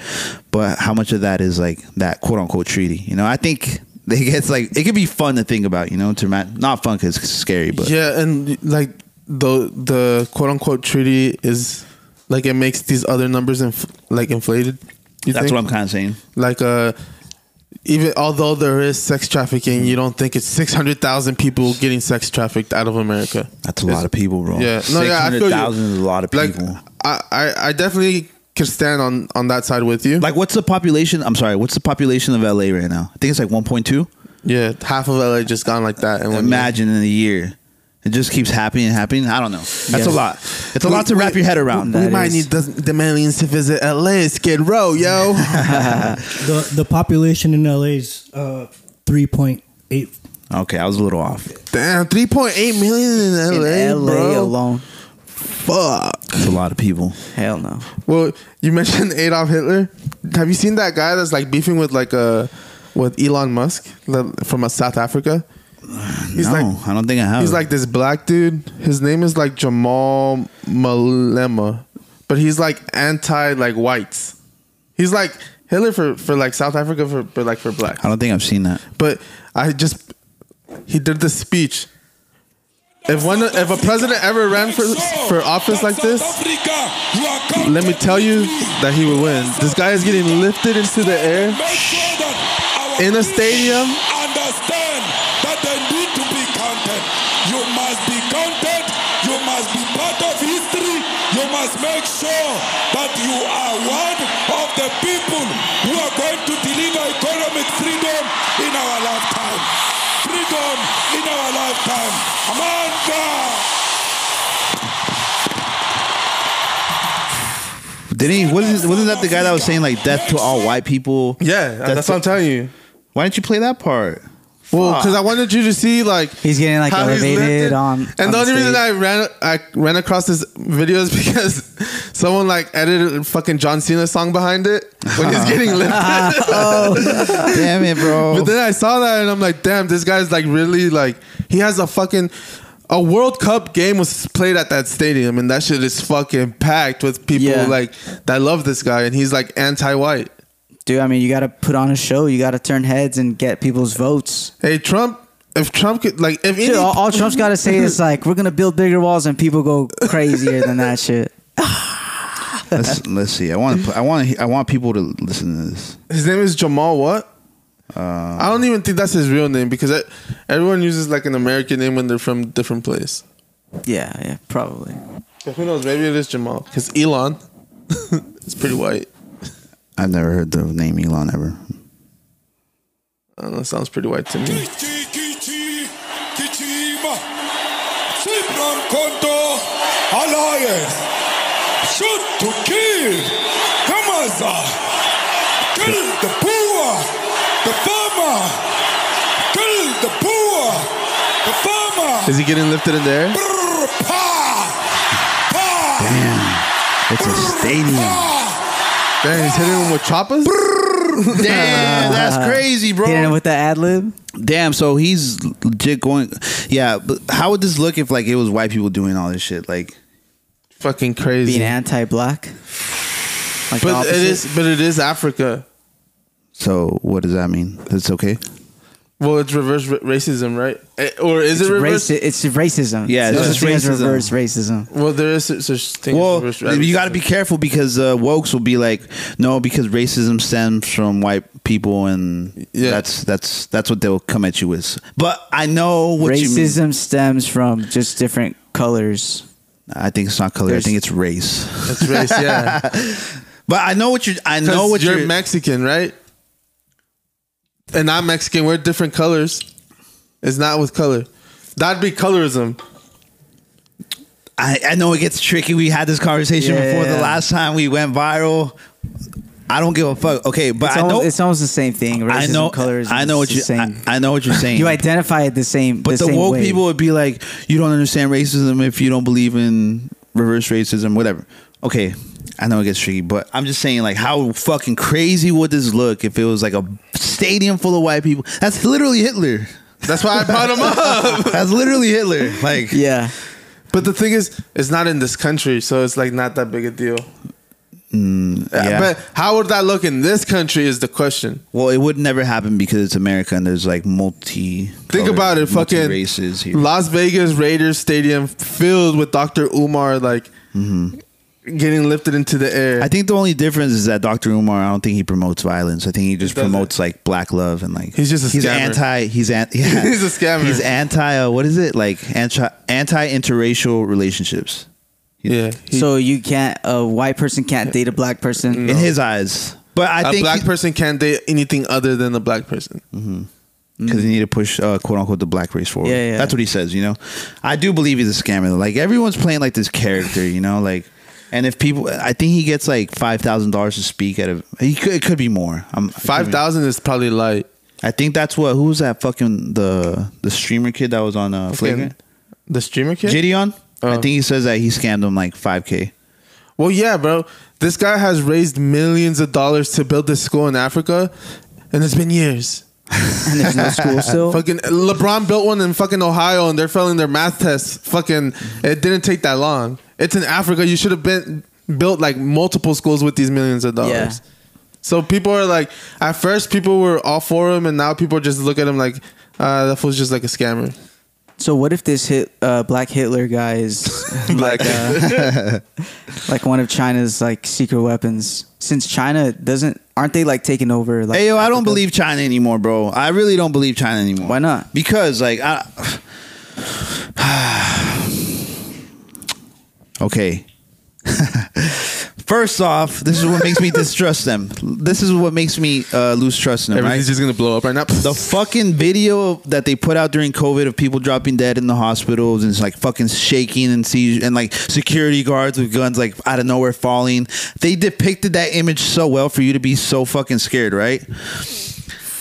But how much of that is like that quote unquote treaty? You know, I think it gets like it could be fun to think about, you know, to ma- not fun because it's scary, but
yeah, and like the the quote unquote treaty is like it makes these other numbers inf- like inflated. You
that's
think?
what I'm kind of saying.
like uh even although there is sex trafficking, you don't think it's six hundred thousand people getting sex trafficked out of America.
That's a lot of people, bro.
Yeah, no, yeah, I feel you.
600,000 is a lot of
Like
people.
I, I, I definitely can stand on on that side with you.
Like, what's the population? I'm sorry, what's the population of LA right now? I think it's like 1.2.
yeah, half of LA just gone like that. And
Imagine in a year, it just keeps happening and happening. I don't know. That's a lot. It's a lot to wrap your head around.
We
That
might need
is-
the, the aliens to visit LA Skid Row, yo.
The the population in LA is uh, three point eight.
Okay, I was a little off.
Damn, three point eight million in
in
LA,
LA
bro.
alone.
Fuck.
It's a lot of people.
Hell no.
Well, you mentioned Adolf Hitler. Have you seen that guy that's like beefing with like uh, with Elon Musk the- from uh, South Africa? He's
no,
like
I don't think I have.
he's like this black dude. His name is like Jamal Malema, but he's like anti like whites. He's like Hitler for for like South Africa for but like for black.
I don't think I've seen that.
But I just he did this speech. If one if a president ever ran for for office like this, let me tell you that he would win. This guy is getting lifted into the air.
in a stadium. You must be counted. You must be part of history. You must make sure that you are one of the people who are going to deliver economic freedom in our lifetime. Freedom in our lifetime. Amanda!
Didn't he? Wasn't, wasn't that the guy that was saying like death to all white people?
Yeah, uh, that's, what I'm telling you.
Why didn't you play that part?
Well, because I wanted you to see like
He's getting, like,
how he's
elevated
lifted.
on-
And
on
the
the
only reason
stage.
I ran I ran across this video is because someone like edited fucking John Cena song behind it when he's getting lifted.
Damn it, bro.
Oh.
But then I saw that and I'm like, damn, this guy's like really like he has a fucking a World Cup game was played at that stadium and that shit is fucking packed with people
Yeah.
like that love this guy and he's like anti-white.
Dude, I mean, you got to put on a show. You got to turn heads and get people's votes.
Hey Trump, if Trump could like if any,
Dude, all, all Trump's got to say is like, we're going to build bigger walls and people go crazier than that shit.
let's, let's see. I want to. I want. I want people to listen to this.
his name is Jamal what? I don't even think that's his real name because I, everyone uses like an American name when they're from different place.
Yeah, yeah, probably.
But who knows? Maybe it is Jamal because Elon is pretty white.
I've never heard the name Elon ever.
I don't know, sounds pretty white to me.
Kichi, kichi, kichima. Sibram Konto Alliance. Shoot to kill. Kamaza. Kill the poor. The farmer. Kill the poor. The farmer.
Is he getting lifted in there?
Brr, pa. Pa.
It's a stadium.
Pa.
Damn, he's hitting him with choppers.
Damn, that's crazy, bro.
Hitting it with the ad lib.
Damn, so he's legit going. Yeah, but how would this look if like it was white people doing all this shit? Like,
Fucking crazy.
being anti-black. Like
But it is, but it is Africa.
so what does that mean? It's okay.
Well, it's reverse ra- racism, right? Eh, Or is
It's,
it reverse?
raci- it's racism.
Yeah,
it's
it's
such
just
thing as
racism.
reverse racism.
Well, there is such- such thing.
Well,
as reverse
you
racism.
got to be careful because uh, wokes will be like, no, because racism stems from white people, and
Yeah.
that's that's that's what they'll come at you with. But I know what you mean.
racism stems from just different colors.
I think it's not color.
There's-
I think it's race.
That's race, yeah.
But I know what you. I know
No,
what
you're
you're.
Mexican, right? And I'm Mexican. We're different colors. It's not with color. That'd be colorism.
I, I know it gets tricky. We had this conversation before the
Yeah.
last time we went viral. I don't give a fuck. Okay, but
It's,
I
almost,
know.
it's almost the same thing. Racism,
I know.
colorism.
I know what
it's
you.
the same.
I, I know what you're saying.
you identify it the same.
But the,
same
woke
way.
people would be like, you don't understand racism if you don't believe in reverse racism, whatever. Okay, I know it gets tricky, but I'm just saying, like, how fucking crazy would this look if it was like a stadium full of white people? That's literally Hitler.
That's why I brought him up.
That's literally Hitler. Like,
Yeah.
But the thing is, it's not in this country, so it's like not that big a deal.
yeah.
But how would that look in this country is the question.
well, it would never happen because it's America and there's like multi.
Think about it, fucking
races here.
Las Vegas Raiders stadium filled with Dr. Umar like getting lifted into the air.
Mm-hmm. I think the only difference is that Dr. Umar, I don't think he promotes violence. I think he
He
just
doesn't.
promotes like black love and like
He's just a
he's
scammer.
anti he's an, yeah.
He's a scammer.
He's anti uh, what is it like anti anti interracial relationships
yeah. He-
so you can't. A white person can't date a black person.
in his eyes. But I
a
think
black person can't date anything other than a black person.
because they need to push uh, quote unquote the black race forward.
Yeah, yeah.
That's what he says. You know, I do believe he's a scammer. though. Like everyone's playing like this character. You know, like. And if people, I think he gets like five thousand dollars to speak at a. He could, it could be more. I'm
Five thousand is probably light.
I think that's what. Who was that fucking the the streamer kid that was on uh,
Fucking-
Flagrant?
The streamer kid?
Gideon. I
Uh.
Oh.
think he says that he scammed him like five k.
Well, yeah, bro. This guy has raised millions of dollars to build this school in Africa, and it's been years.
And there's no school still.
Fucking LeBron built one in fucking Ohio, and they're failing their math tests. Fucking, it didn't take that long. It's in Africa. You should have been built like multiple schools with these millions of dollars.
Yeah.
So people are like, at first people were all for him, and now people just look at him like, uh, that fool's just like a scammer.
So what if this hit uh, black Hitler guy is
Like,
like one of China's like secret weapons? Since China doesn't, aren't they like taking over? Like,
Hey yo, I don't
Africa?
believe China anymore, bro. I really don't believe China anymore.
Why not?
Because like I. okay. First off, this is what makes me distrust them. This is what makes me uh, lose trust in them. Right?
everything's just gonna blow up right now.
The fucking video that they put out during COVID of people dropping dead in the hospitals and it's like fucking shaking and seizure and like security guards with guns like out of nowhere falling. They depicted that image so well for you to be so fucking scared, right?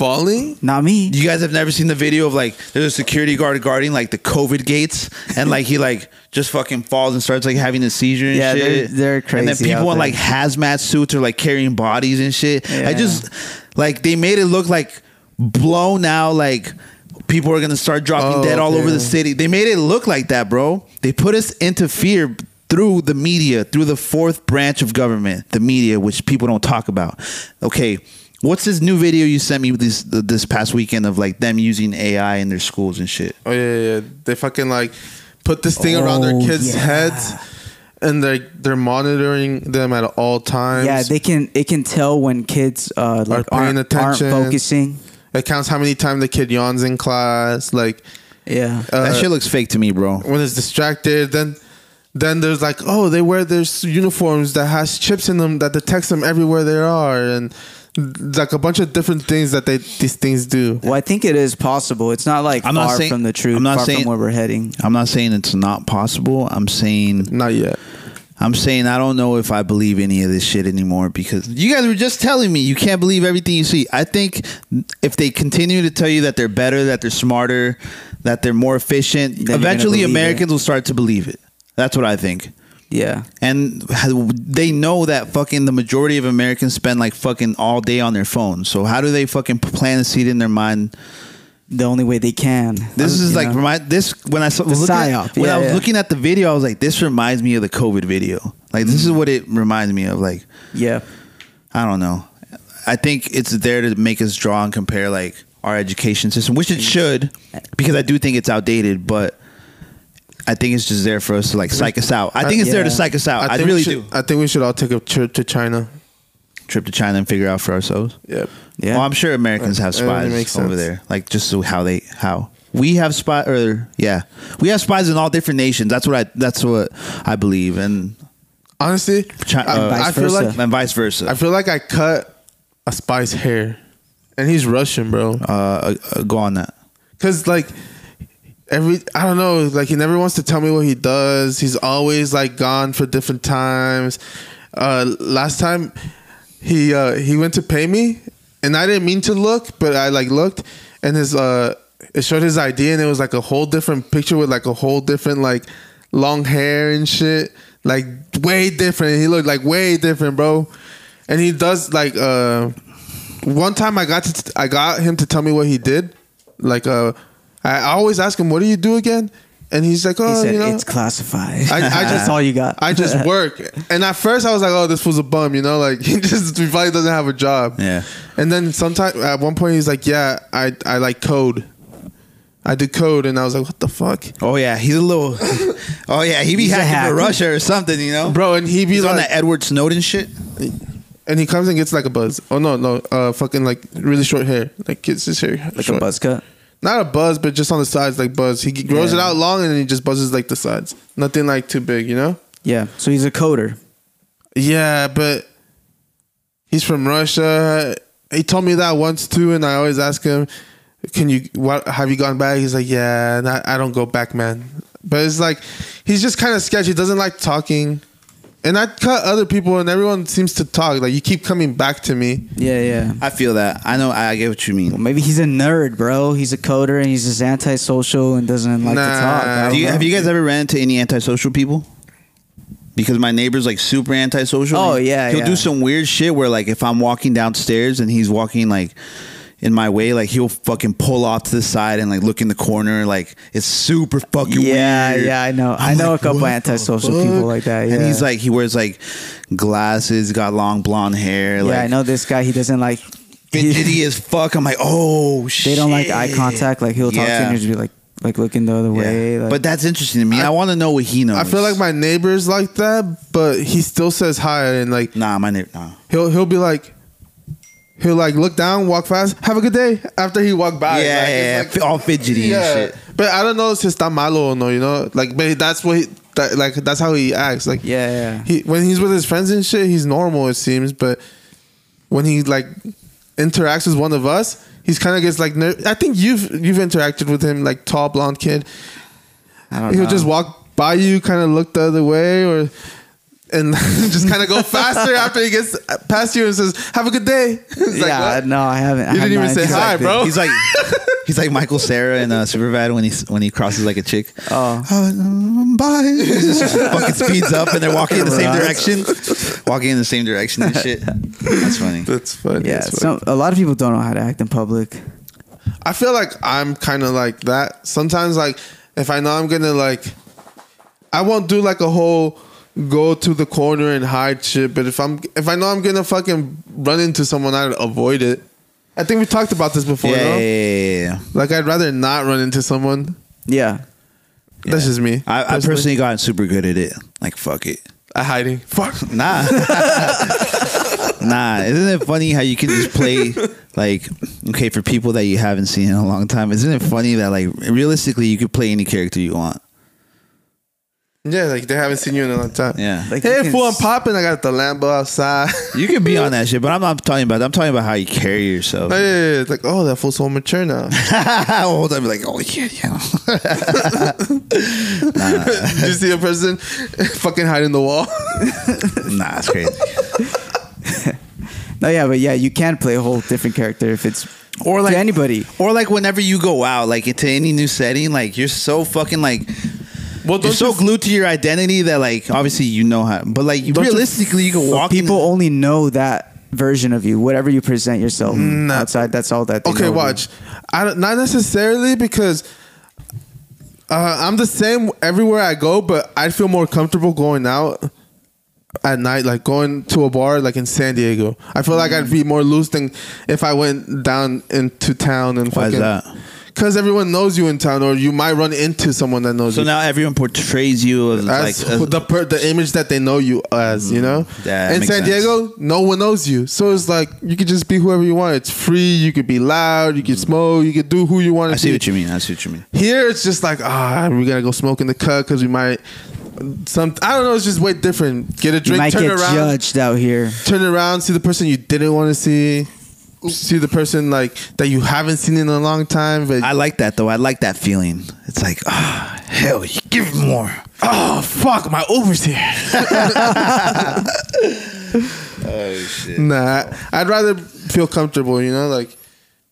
falling.
Not me.
You guys have never seen the video of like there's a security guard guarding like the COVID gates and like he like just fucking falls and starts like having a seizure and
Yeah,
shit.
they're- they're
And then
crazy
people
out
in
there.
like hazmat suits are like carrying bodies and shit. I
Yeah.
just like they made it look like blown out like people are gonna start dropping
Oh,
dead all
okay.
over the city. They made it look like that, bro. They put us into fear through the media, through the fourth branch of government, the media, which people don't talk about. Okay, what's this new video you sent me this this past weekend of like them using AI in their schools and shit?
Oh yeah, yeah, yeah. They fucking like put this thing around their
Oh,
kids'
yeah.
heads, and they they're monitoring them at all times.
Yeah, they can. It can tell when kids uh, like
paying
aren't,
attention.
aren't focusing.
it counts how many times the kid yawns in class, like
Yeah.
Uh,
that shit looks fake to me, bro.
when it's distracted. Then then there's like, oh, they wear their s- uniforms that has chips in them that detects them everywhere they are, and like a bunch of different things that they these things do.
Well, I think it is possible. It's not like
I'm
far
not saying-
from the truth,
I'm not
far
saying-
from where we're heading.
I'm not saying it's not possible. I'm saying
Not yet.
I'm saying I don't know if I believe any of this shit anymore because you guys were just telling me you can't believe everything you see. I think if they continue to tell you that they're better, that they're smarter, that they're more efficient,
you're gonna
eventually
believe
Americans will start to believe it. That's what I think.
Yeah.
And they know that fucking the majority of Americans spend like fucking all day on their phones. So how do they fucking plant a seed in their mind
The only way they can.
this
Um,
is
you
like
know?
remind this when I saw was looking
psyop,
at, when
yeah,
I was
yeah.
looking at the video, I was like, this reminds me of the COVID video. Like this is what it reminds me of. Like
Yeah.
I don't know. I think it's there to make us draw and compare like our education system, which
Mm.
it should, because I do think it's outdated, but I think it's just there for us to like psych us out. I think it's there to
Yeah.
psych us out. I,
think we
really
should-
do.
I think we should all take a trip to China.
Trip to China and figure out for ourselves.
Yep.
Yeah.
Well, I'm sure Americans
Right.
have
That really
spies
makes
over
sense.
there. Like just so how they how we have spy or yeah we have spies in all different nations. That's what I that's what I believe and
Honestly,
Chi-
I,
uh,
I
vice
feel
versa.
like
and vice versa.
I feel like I cut a spy's hair, and he's Russian, bro.
uh, uh, go on that.
Cause like every I don't know, like he never wants to tell me what he does. He's always like gone for different times. Uh last time he uh he went to pay me and I didn't mean to look, but I like looked and his uh it showed his ID and it was like a whole different picture with like a whole different like long hair and shit. Like way different. He looked like way different, bro. And he does like uh one time I got to I got him to tell me what he did. Like uh, I I always ask him, "What do you do again?" And he's like, "Oh,
he said
you know,
it's classified.
I- I
That's
just-
all you got.
I just work." And at first, I was like, "Oh, this was a bum," you know, like he just he probably doesn't have a job.
Yeah.
And then sometime at one point, he's like, "Yeah, I I like code." I do code, and I was like, "What the fuck,
Oh yeah, he's a little. oh yeah, he be
He's a
hacking
hack.
for Russia or something, you know,
bro?" And he be
He's
like,
on that Edward Snowden shit.
and he comes and gets like a buzz. Oh no, no, uh, fucking like really short hair, like gets his hair
like
short.
a buzz cut.
Not a buzz, but just on the sides, like buzz. He grows it out long and then he just buzzes like the sides. Nothing like too big, you know?
Yeah. So he's a coder.
Yeah, but he's from Russia. He told me that once too, and I always ask him, "Can you? What have you gone back?" He's like, "Yeah, and I, I don't go back, man." But it's like he's just kind of sketchy. Doesn't like talking, and I cut other people, and everyone seems to talk. Like you keep coming back to me.
Yeah, yeah.
I feel that. I know. I get what you mean.
Well, maybe he's a nerd, bro. He's a coder and he's just antisocial and doesn't like to
Nah.
talk. I don't
Do you,
know.
have you guys ever ran into any antisocial people? Because my neighbor's like super antisocial.
Oh, yeah,
he'll
yeah.
do some weird shit where like if I'm walking downstairs and he's walking like in my way, like he'll fucking pull off to the side and like look in the corner, like it's super fucking
yeah,
weird.
yeah, I know. i
I'm
know
like,
a couple
what the
antisocial
fuck?
people like that. Yeah.
And he's like, he wears like glasses, got long blonde hair.
yeah,
like,
I know this guy. He doesn't like.
Fidgety as fuck. I'm like, oh shit.
They don't like eye contact. Like he'll talk to you
Yeah.
and you just be like, like looking the other
Yeah.
way. Like,
but that's interesting to me. I,
I-
want to know what he knows.
I feel like my neighbor's like that, but he still says hi and like
nah, my neighbor. Nah.
he'll he'll be like he'll like look down, walk fast, have a good day after he walked by.
yeah,
like,
yeah,
it's
yeah,
like-
all fidgety
yeah.
and shit.
But I don't know if it's está malo or no, you know. Like, but that's what he, that, like that's how he acts. Like,
Yeah, yeah.
He when he's with his friends and shit, he's normal it seems. But when he like interacts with one of us, he's kind of gets like. Ner- I think you've you've interacted with him, like tall blonde kid.
I don't
He'll
know.
just walk by you, kind of look the other way, or and just kind of go faster after he gets past you and says, "Have a good day." It's like,
yeah,
what?
no, I haven't. I
You
have
didn't even
not
say
interacted.
hi, bro.
He's like, he's like Michael Sarah in uh, Superbad when he when he crosses like a chick.
Oh.
um, bye. He just fucking speeds up and they're walking in the same direction, walking in the same direction and shit. That's funny.
That's funny.
Yeah,
That's
some, a lot of people don't know how to act in public.
I feel like I'm kind of like that. Sometimes, like, if I know I'm gonna like, I won't do like a whole go to the corner and hide shit. But if I'm, if I know I'm gonna fucking run into someone, I'd avoid it. I think we talked about this before.
Yeah,
no?
yeah, yeah, yeah.
Like, I'd rather not run into someone.
Yeah,
That's just me.
I, I personally gotten super good at it. Like fuck it.
At hiding. Fuck.
Nah. nah. Isn't it funny how you can just play like okay for people that you haven't seen in a long time? Isn't it funny that like realistically you could play any character you want?
Yeah, like they haven't seen you in a long time.
Yeah.
Like, you
hey,
can
fool! I'm
s-
popping. I got the Lambo outside.
You can be on that shit, but I'm not talking about. That. I'm talking about how you carry yourself.
Hey, it's like, oh, that fool's so mature now.
All the time, like, oh yeah, yeah. Uh.
you see a person fucking hiding the wall.
nah, it's crazy.
no, yeah, but yeah, you can play a whole different character if it's
Or like
to anybody.
Or like whenever you go out, like into any new setting, like you're so fucking like
well,
you're so glued to your identity that like obviously you know how, but like realistically you can walk. in-
People only know that version of you, whatever you present yourself outside. That's all that. They know
Okay,
of you.
watch. I don't, not necessarily because uh, I'm the same everywhere I go, but I feel more comfortable going out at night, like going to a bar, like in San Diego. I feel like I'd be more loose than if I went down into town and
Why is
fucking.
that?
Because everyone knows you in town, or you might run into someone that knows
So
you.
now everyone portrays you as like
That's
as-
the per, the image that they know you as, you know.
Yeah, that
in
makes
San
sense.
Diego, no one knows you, so it's like you could just be whoever you want. It's free. You could be loud. You could smoke. You could do who you want.
Mm. I
to
see
be.
what you mean. I see what you mean.
Here, it's just like ah, we gotta go smoke in the cut because we might some. I don't know. It's just way different. Get a
You
drink.
might
Turn
get
around.
judged out here.
Turn around. See the person you didn't want to see. See the person like that you haven't seen in a long time. But
I like that though. I like that feeling. It's like ah hell, you give more. Ah,
oh fuck, my Uber's here.
Oh shit.
Nah, I'd rather feel comfortable, you know, like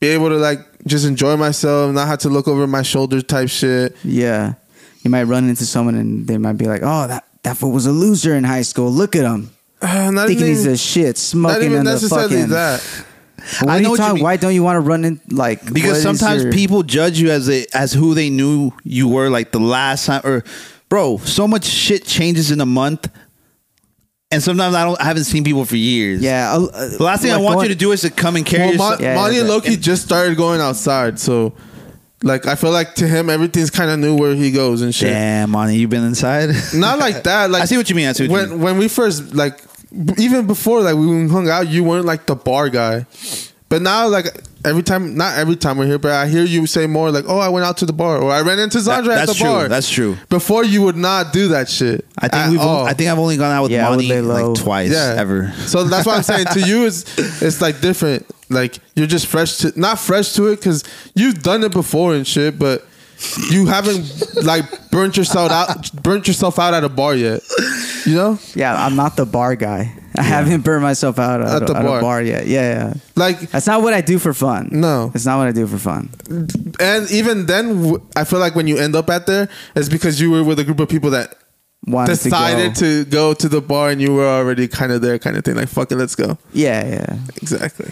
be able to like just enjoy myself, not have to look over my shoulder type shit.
Yeah, you might run into someone and they might be like, "Oh, that that fool was a loser in high school. Look at him,
Uh, not
thinking
even,
he's a shit,
not
smoking
even
in the
necessarily
fucking."
that.
What
I know
are
what
you
you
talking-
mean.
Why don't you want to run in like? what
Because
is
sometimes
your-
people judge you as they as who they knew you were like the last time or bro, so much shit changes in a month. And sometimes I don't I haven't seen people for years.
Yeah. uh, uh,
The last thing
like
I want
going-
you to do is to come and
Well,
carry
Mon-
yourself.
Yeah,
Monty
yeah,
and
yeah.
Loki just started going outside, so like I feel like to him everything's kind of new where he goes and shit.
Damn, Monty, you been inside?
Not like that. Like
I see what you mean. I see what
when
you mean.
when we first like b- even before like we hung out, you weren't like the bar guy, but now like every time not every time we're here, but I hear you say more like, "Oh, I went out to the bar," or "I ran into Zandra at
That-
the
that's true.
bar."
That's true.
Before you would not do that shit.
I think
at
we've
all.
only, I think I've only gone out with
Yeah, I would
Monty
lay low.
like twice ever.
So that's what I'm saying to you is it's like different. Like you're just fresh to not fresh to it because you've done it before and shit, but you haven't like burnt yourself out, burnt yourself out at a bar yet. You know,
Yeah, I'm not the bar guy. I haven't burned myself out at,
At the
a, at
bar.
a bar yet. Yeah, yeah.
like
That's not what I do for fun.
No.
it's not what I do for fun.
and even then, w- I feel like when you end up at there, it's because you were with a group of people that
Wanted
decided to
to, go.
go to the bar and you were already kind of there, kind of thing. Like fuck it, let's go.
Yeah, yeah.
Exactly.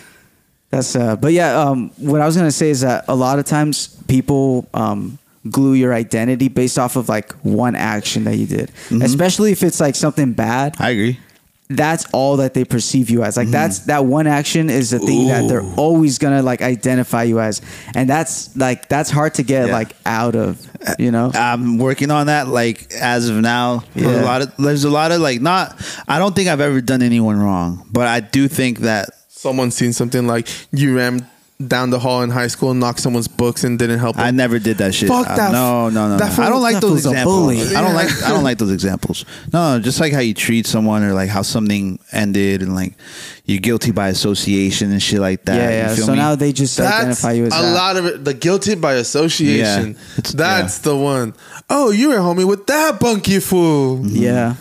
That's uh, but yeah. Um, what I was gonna say is that a lot of times people um glue your identity based off of like one action that you did, especially if it's like something bad.
I agree.
that's all that they perceive you as. Like that's that one action is the thing that they're always gonna like identify you as, and that's like that's hard to get
Yeah.
like out of. You know,
I'm working on that. Like as of now, there's
Yeah.
a lot of there's a lot of like not. I don't think I've ever done anyone wrong, but I do think that
Someone seen something like you ran down the hall in high school, knocked someone's books, and didn't help.
I
them.
never did that shit.
Fuck
Uh,
that-
no, no, no.
that
no.
fool-
I don't like
that
those
fool's a
examples.
bully.
I don't like I don't like those examples. No, no, just like how you treat someone or like how something ended and like you're guilty by association and shit like that.
yeah,
You
yeah.
feel
So
me?
now they just identify you as
a
that.
lot of it. The guilty by
Yeah.
association.
It's-
That's the one. Oh, you were homie with that bunky fool.
Mm-hmm.
Yeah,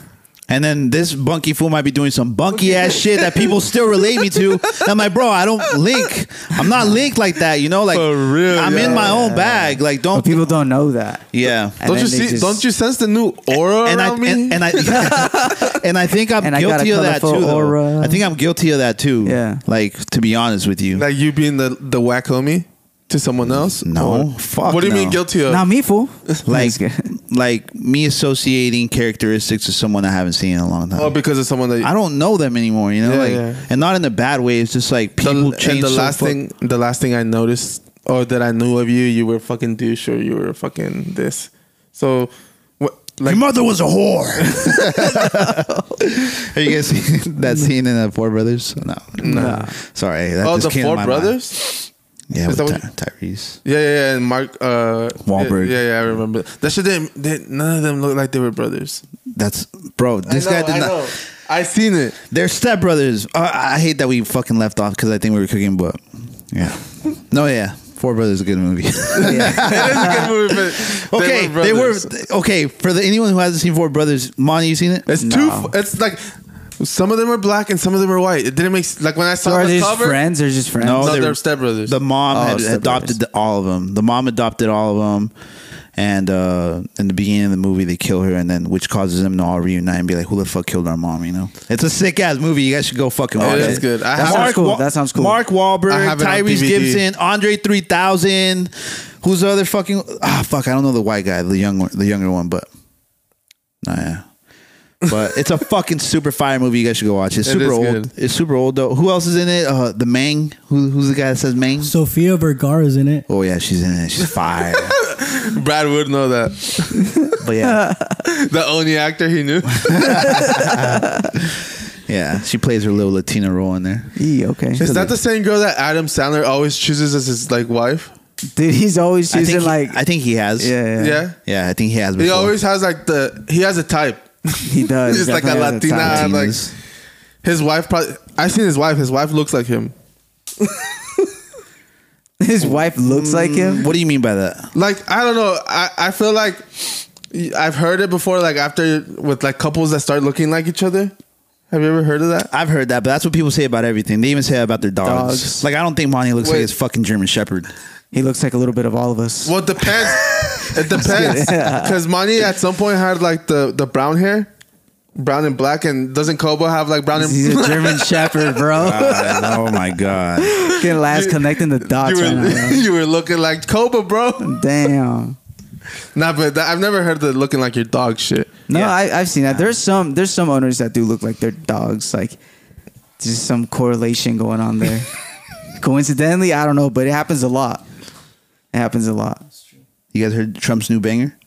And then this bunky fool might be doing some bunky ass shit that people still relate me to. And I'm like, bro, I don't link. I'm not linked like that, you know? Like,
For real,
I'm in
yeah.
my own bag. Like, don't.
but people don't know that.
yeah.
And
Don't
then
you
they
see?
just-
don't you sense the new aura
and I
around me?
and, and I and I think I'm
And I got
guilty
a
of that too.
colorful
though.
aura.
I think I'm guilty of that too.
Yeah.
Like to be honest with you.
like you being the the whack homie to someone else?
No, fuck
What do you
no.
mean guilty of?
Not me, fool.
like
That's good.
like me associating characteristics to someone I haven't seen in a long time.
oh, because of someone that
I don't know them anymore, you know,
Yeah,
like,
yeah.
and not in a bad way. It's just like
the,
people
and
change.
the
so
last
fuck-
thing, the last thing I noticed, or that I knew of you, you were fucking douche, or you were fucking this. So, what? Like,
Your mother was a whore. Are you guys seeing that scene in the Four Brothers? No, no. Sorry, that
oh,
just
the
came to
four
my
brothers.
Mind. Yeah,
Is
with
that
Ty-
what-
Tyrese.
Yeah, yeah, yeah, and Mark uh,
Wahlberg.
Yeah, yeah, I remember that shit. Didn't they, none of them looked like they were brothers.
That's bro. This guy did not.
I seen it.
They're stepbrothers. Uh, I hate that we fucking left off because I think we were cooking, but yeah. No, yeah. Four Brothers is a good movie.
it is a good movie, but
okay, they were,
brothers.
okay for the, anyone who hasn't seen Four Brothers. Monty, you seen it?
It's two. f- It's like some of them are black and some of them are white. It didn't make s- like when I
So
saw
are
the
they just
cover.
friends or just friends?
No,
No,
they
they're
were-
stepbrothers.
The mom
Oh,
had
stepbrothers.
adopted the, all of them. The mom adopted all of them, and uh, in the beginning of the movie, they kill her, and then which causes them to all reunite and be like, "Who the fuck killed our mom?" You know, it's a sick ass movie. You guys should go fucking watch
Oh, that's
it.
good. I
Mark
have-
sounds cool. That sounds cool.
Mark
I
Wahlberg,
have it on
Tyrese
DVD.
Gibson, Andre three thousand. Who's the other fucking? Ah, fuck! I don't know the white guy, the young one, the younger one, but nah, yeah. But it's a fucking super fire movie. You guys should go watch. It's
It
super
is
old.
good.
It's super old though. Who else is in it? Uh, the Mang. Who, who's the guy that says Mang?
Sofia Vergara's in it.
Oh yeah, she's in it. She's fire.
Brad would know that.
but yeah,
The only actor he knew.
yeah, she plays her little Latina role in there.
E, okay.
Is that the same girl that Adam Sandler always chooses as his like wife?
Dude, he's always
I
choosing
think he-
like.
I think he has.
yeah, yeah,
Yeah.
yeah, I think he has.
He
before.
always has like the he has a type.
He does.
He's like a
Definitely has
Latina.
talent.
I'm like-
Latinas.
His wife probably I seen his wife. His wife looks like him.
His wife looks like him.
Mm.
What do you mean by that?
Like I don't know. I I feel like I've heard it before. Like after with like couples that start looking like each other. Have you ever heard of that?
I've heard that, but that's what people say about everything. They even say that about their dogs.
Dogs.
Like I don't think Monty looks like
Wait.
his fucking German Shepherd.
He looks like a little bit of all of us.
Well, it depends. it depends because Money at some point had like the the brown hair, brown and black, and doesn't Kobo have like brown and?
He's
black?
a German Shepherd, bro.
oh my god!
Fucking last connecting the
You
dots right now.
were, you were looking like Kobo, bro.
Damn.
Nah, but that, I've never heard the looking like your dog shit.
No,
Yeah.
I, I've seen that. There's some there's some owners that do look like their dogs. Like there's some correlation going on there. Coincidentally, I don't know, but it happens a lot. It happens a lot.
You guys heard Trump's new banger?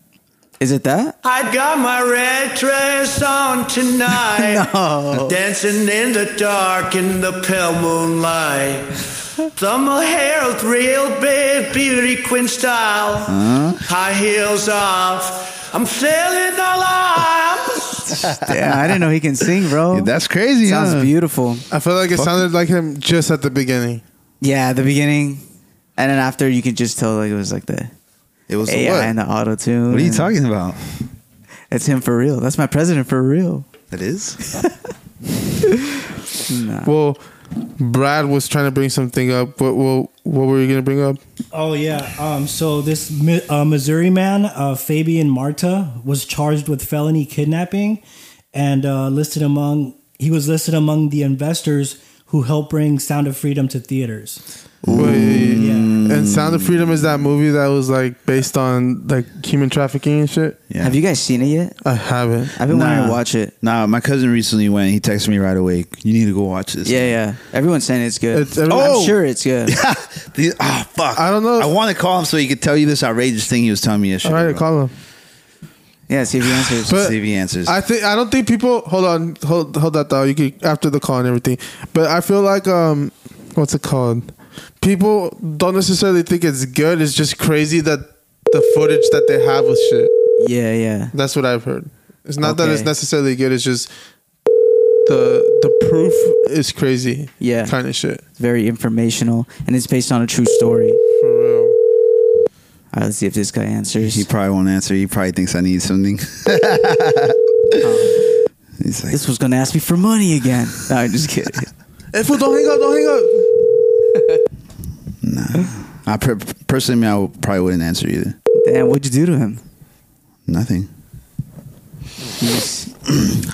Is it that?
I got my red dress on tonight. Dancing in the dark in the pale moonlight. Thumb my hair with real big beauty queen style. High heels off. I'm feeling alive.
Damn, I didn't know he can sing, bro.
Yeah, that's crazy.
Oh. sounds
huh?
beautiful.
I feel like it sounded like him just at the beginning.
Yeah, the beginning, and then after you can just tell like it was like the
It was the
AI
what?
and the auto tune.
What are you talking about?
It's him for real. That's my president for real.
That is.
Well, Brad was trying to bring something up. What what, what were you gonna bring up?
Oh yeah. Um. So this Mi- uh, Missouri man, uh, Fabian Marta, was charged with felony kidnapping, and uh, listed among he was listed among the investors who helped bring Sound of Freedom to theaters.
Wait,
Yeah.
and Sound of Freedom is that movie that was like based on like human trafficking and shit.
Yeah.
Have you guys seen it yet?
I haven't.
I've been wanting
Nah.
to watch it.
Nah, my cousin recently went. He texted me right away. You need to go watch this.
Yeah, yeah. Everyone's saying it's good.
It's- everyone-
Oh!
I'm sure it's good.
The- ah, fuck.
I don't know if-
I want to call him so he could tell you this outrageous thing he was telling me
All
yesterday.
right,
bro.
call him.
Yeah, see if he answers.
But-
See if he answers.
I think I don't think people hold on hold hold that thought. You could after the call and everything, but I feel like um, what's it called? People don't necessarily think it's good. It's just crazy that the footage that they have with shit.
yeah, yeah.
That's what I've heard. It's not that it's
Okay.
necessarily good. It's just the the proof is crazy.
Yeah.
kind of shit.
It's very informational and it's based on a true story. All
For real.
right, let's see if this guy answers.
he probably won't answer. He probably thinks I need something. He's like,
this was gonna ask me for money again. No, I'm just kidding.
Hey, fool, don't hang up. Don't hang up.
I per- personally, I would- probably wouldn't answer either.
Damn, what'd you do to him?
Nothing.
He's-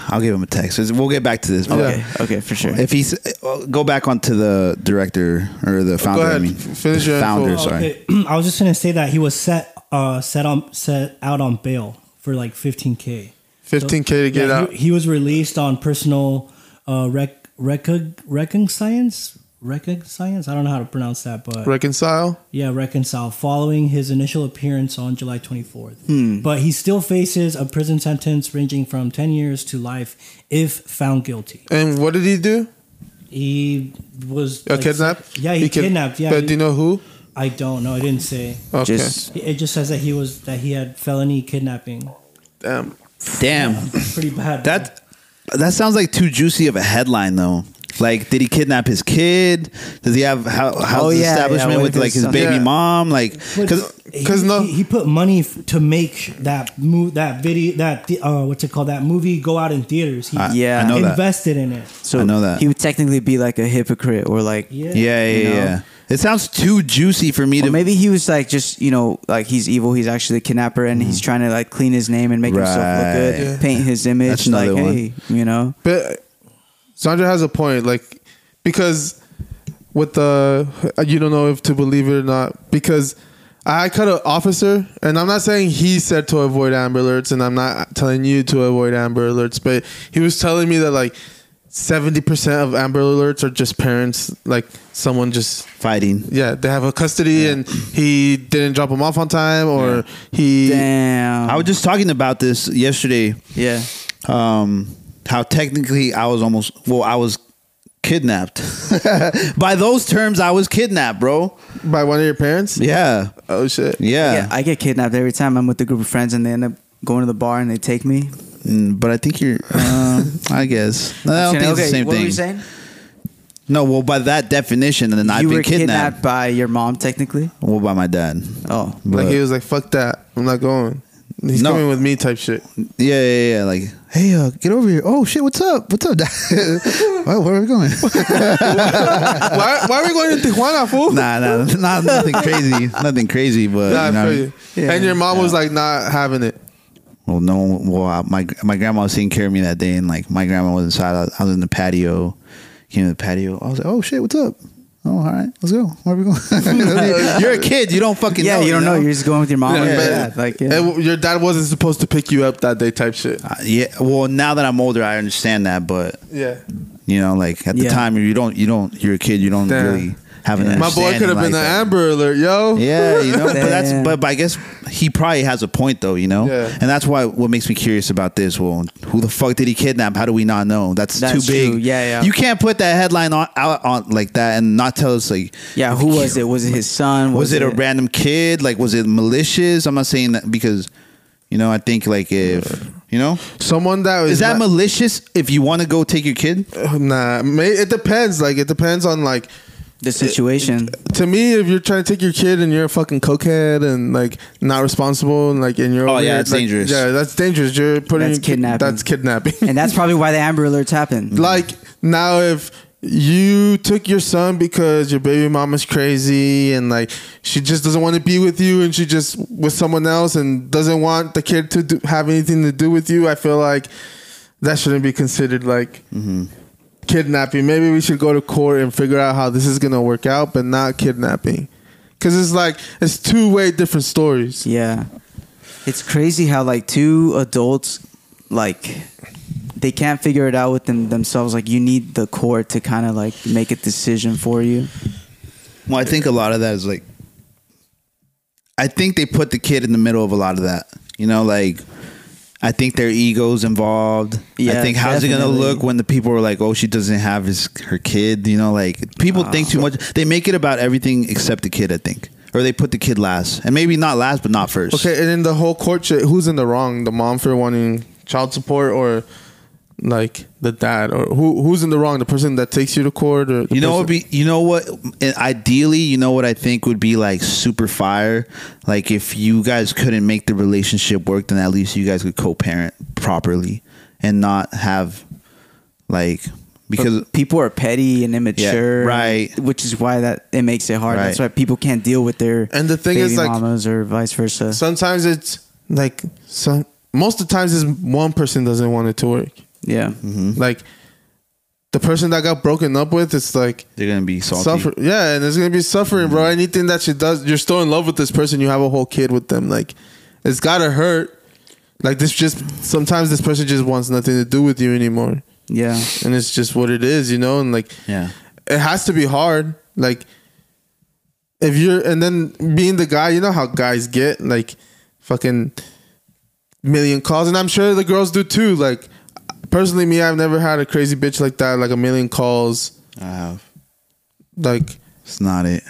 I'll give him a text. We'll get back to this. but-
okay, okay, for sure.
If he's uh, go back onto the director or the founder, I
ahead.
mean,
F- finish your
founder.
info.
Sorry,
I was just gonna say that he was set uh set on set out on bail for like 15k.
Fifteen k to get
Yeah,
out.
He, he was released on personal uh rec recog reconciliance reconciliance. I don't know how to pronounce that, but
Reconcile.
yeah, reconcile following his initial appearance on July 24th.
Hmm.
But he still faces a prison sentence ranging from 10 years to life if found guilty.
And what did he do?
He was
A
like,
kidnap?
Yeah, he,
kid-
kidnapped. Yeah,
But
he-
do you know who?
I don't know. I didn't say.
Okay.
Just
It just says that he was that he had felony kidnapping.
Damn.
damn
Pretty bad.
that that sounds like too juicy of a headline though. Like, did he kidnap his kid? Does he have how, how's
Oh,
the
yeah, yeah,
establishment
what
with
if
like
it's
his baby
something-
mom? Like,
But
because
he-
'cause no-
he, he put money f- to make that move that video that the- uh what's it called that movie go out in theaters. He
Yeah.
I know that.
invested in it.
so
I know that.
he would technically be like a hypocrite or like
Yeah.
yeah, yeah,
You know?
yeah. It sounds too juicy for me
Or
to.
maybe he was like just you know like he's evil. He's actually a kidnapper, and he's trying to like clean his name and make himself look good,
Mm-hmm. Right.
paint his image.
That's
like
another one.
hey, you know,
But Sandra has a point, like because with the you don't know if to believe it or not because I cut an officer, and I'm not saying he said to avoid Amber Alerts, and I'm not telling you to avoid Amber Alerts, but he was telling me that like 70% of Amber Alerts are just parents, like someone just
Fighting.
yeah, they have a custody, and he didn't drop them off on time, or he
Damn.
I was just talking about this yesterday.
yeah.
um, how technically I was almost well, I was kidnapped. By those terms, I was kidnapped, bro.
by one of your parents.
Yeah,
Oh shit.
yeah.
Yeah. I get kidnapped every time I'm with a group of friends and they end up going to the bar and they take me.
Mm, but I think you're. Uh, I guess No, I don't think it's the same
what
thing.
were you saying?
No, well, by that definition, then I've
you
been
were
kidnapped.
by your mom, technically.
Well, by my dad.
Oh,
But-
Like he was like, "Fuck that, I'm not going." He's
No.
coming with me, type shit.
yeah, yeah, yeah. Like, hey, uh, get over here. Oh shit, what's up? What's up, dad? Why- where are we going?
why, why are we going to Tijuana, fool?
nah, nah, nah, nothing crazy, nothing crazy. But
Nah, I
you know,
feel you. and your mom was like not having it.
Well, no. Well, I- my my grandma was taking care of me that day, and like my grandma was inside. I, I was in the patio. Came to the patio. I was like, "Oh shit, what's up?" Oh, all right, let's go. Where are we going? You're a kid. You don't fucking.
yeah.
know,
you don't know. You're just going with
Oh,
your mom.
Yeah,
and your
but-
dad. Like, yeah.
And your dad wasn't supposed to pick you up that day, type shit.
Uh, yeah. Well, now that I'm older, I understand that, but
Yeah,
you know, like at the
Yeah.
time, you don't. You don't. You're a kid. You don't
Damn.
really have an.
my boy
understanding
could have been
like
the
that.
Amber Alert, yo.
Yeah, you know, but that's
Damn.
but, but I guess he probably has a point though, you know,
Yeah.
and that's why what makes me curious about this. Well, who the fuck did he kidnap? How do we not know? That's,
That's
too big.
true. Yeah, yeah.
You can't put that headline on, out on like that and not tell us like,
yeah. Who was it? Was it his son?
was, it, a random kid? Like, was it malicious? I'm not saying that because, you know, I think like if you know,
Someone that was
is that
not-
malicious? If you want to go take your kid,
nah? May, it depends. Like it depends on like
the situation?
to me if you're trying to take your kid and you're a fucking cokehead and like not responsible and like and you're
Oh,
over
yeah,
here,
it's
like,
dangerous.
Yeah, that's dangerous. You're putting
That's kidnapping.
That's kidnapping.
and that's probably why the Amber Alerts happened.
like now if you took your son because your baby mama's crazy and like she just doesn't want to be with you and she just with someone else and doesn't want the kid to do, have anything to do with you i feel like that shouldn't be considered like kidnapping maybe we should go to court and figure out how this is going to work out but not kidnapping because it's like it's two way different stories
Yeah. It's crazy how like two adults like they can't figure it out with them themselves. Like you need the court to kind of like make a decision for you.
Well, I think a lot of that is like, I think they put the kid in the middle of a lot of that. You know, like, I think their egos involved. I
Yeah,
think how's it gonna
definitely.
look when the people are like, oh, she doesn't have his her kid. You know, like
Ah.
people think too much. They make it about everything except the kid. I think, or they put the kid last, and maybe not last, but not first.
Okay, and then the whole court shit, who's in the wrong? The mom for wanting child support or like the dad or who who's in the wrong? The person that takes you to court or the
You know what
person-
would be you know what ideally you know what I think would be like super fire like if you guys couldn't make the relationship work then at least you guys could co-parent properly and not have like because
People are petty and immature,
right.
Which is why that it makes it hard. That's
Right.
why people can't deal with their
And the thing
baby
is, like-
mamas or vice versa.
sometimes it's like some most of the times is one person doesn't want it to work.
yeah,
Mm-hmm.
Like the person that got broken up with, it's like
they're going to be salty. Mm-hmm.
suffer yeah, and there's gonna be suffering, bro. Anything that she does you're still in love with this person, you have a whole kid with them. Like it's gotta hurt. Like this just sometimes this person just wants nothing to do with you anymore.
yeah.
and it's just what it is, you know. And like,
Yeah.
it has to be hard. Like, if you're and then being the guy, you know how guys get like fucking million calls, and I'm sure the girls do too. Like, personally, me, I've never had a crazy bitch like that, like a million calls.
I have
Like,
it's not it.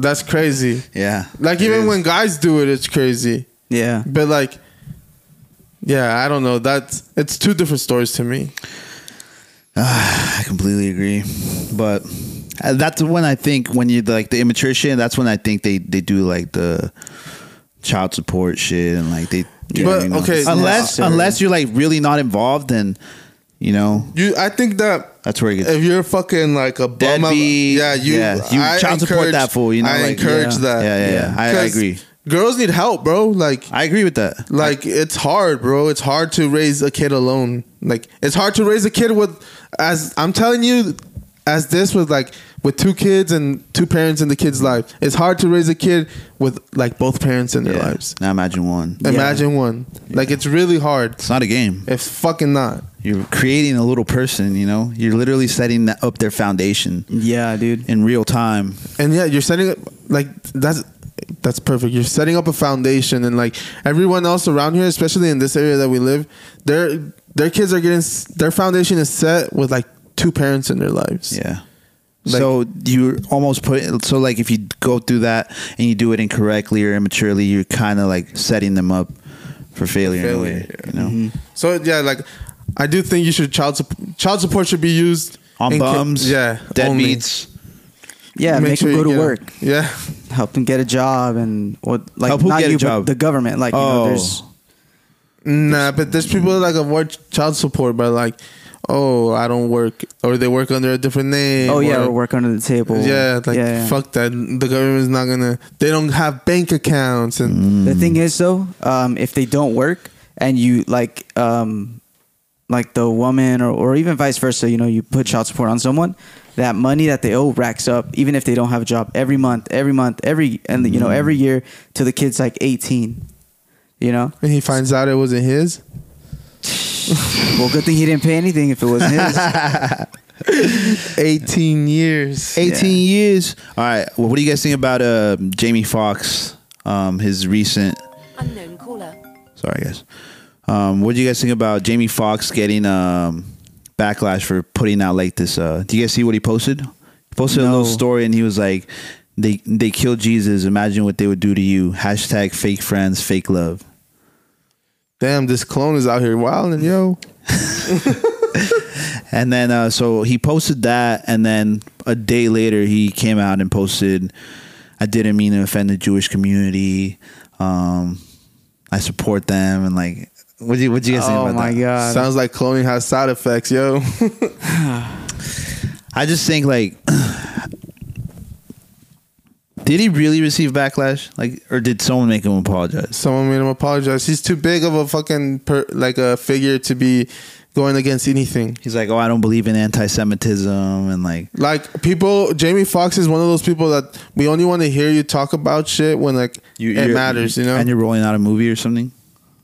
that's crazy.
Yeah.
Like,
It
even
is.
when guys do it, it's crazy.
Yeah.
But like, yeah, I don't know. That's it's two different stories to me.
I completely agree. But uh, that's when I think when you like the immature shit, that's when I think they they do like the child support shit and like they do,
But, okay,
unless
necessary.
unless you're like really not involved then you know
You, I think that
that's where it gets
if you're fucking like a bum,
Deadbeat,
yeah, you,
yeah, you
I
child support
encourage-
that fool, you know,
I
like,
encourage
yeah.
that.
Yeah, yeah, yeah. I- I
'Cause
agree.
Girls need help, bro. Like,
I agree with that.
like it's hard, bro. It's hard to raise a kid alone. Like, it's hard to raise a kid with, as I'm telling you, as this with like with two kids and two parents in the kid's life. It's hard to raise a kid with like both parents in their
Yeah.
lives.
Now imagine one.
Imagine one. Like it's really hard.
It's not a game.
It's fucking not.
You're creating a little person. You know, you're literally setting that up their foundation
Yeah, dude.
in real time.
and yeah, you're setting up like that's that's perfect. You're setting up a foundation, and like everyone else around here, especially in this area that we live, their their kids are getting s- their foundation is set with like two parents in their lives.
Yeah.
Like-
so you almost put so like if you go through that and you do it incorrectly or immaturely, you're kind of like setting them up for failure, in a way.
Failure, mm-hmm.
You know,
So yeah, like I do think you should child sup- child support should be used
on
in ca-
bums,
yeah, only.
deadbeats.
Yeah, make,
sure
them
you
go to
get 'em.
work.
Yeah,
Help them get a job and or like
Help who
not
get a
you
job?
but the government. Like you know,
Oh.
there's
nah, but there's people that like avoid ch- child support by like, oh, I don't work, or they work under a different name.
oh yeah,
or-
or work under the table.
Yeah, like fuck that. The government's not gonna. They don't have bank accounts, and
The thing is though, um, if they don't work and you like um, like the woman or, or even vice versa, you know, you put child support on someone, that money that they owe racks up even if they don't have a job every month, every month, every and you know, every year till the kid's like eighteen. You know?
and he finds out it wasn't his.
Well good thing he didn't pay anything if it wasn't his.
Eighteen years.
18 years. All right. Well, what do you guys think about uh, Jamie Foxx, um, his recent.
Unknown caller.
Sorry, guys. Um, what do you guys think about Jamie Foxx getting um, backlash for putting out like this? Uh, do you guys see what he posted? He posted a
No.
little story and he was like, "They they killed Jesus. Imagine what they would do to you." Hashtag fake friends, fake love.
Damn, this clone is out here wilding, yo.
And then uh, so he posted that, and then a day later he came out and posted, "I didn't mean to offend the Jewish community. Um, I support them." And like, what do you what do you guys think
oh
about
my
that?
god.
Sounds like cloning has side effects, yo.
I just think like, did he really receive backlash? Like, or did someone make him apologize?
Someone made him apologize. He's too big of a fucking per, like a figure to be going against anything.
He's like, "Oh, I don't believe in anti-Semitism," and like,
Like people, Jamie Foxx is one of those people that we only want to hear you talk about shit when like it
you're-
matters, you know.
and you're rolling out a movie or something.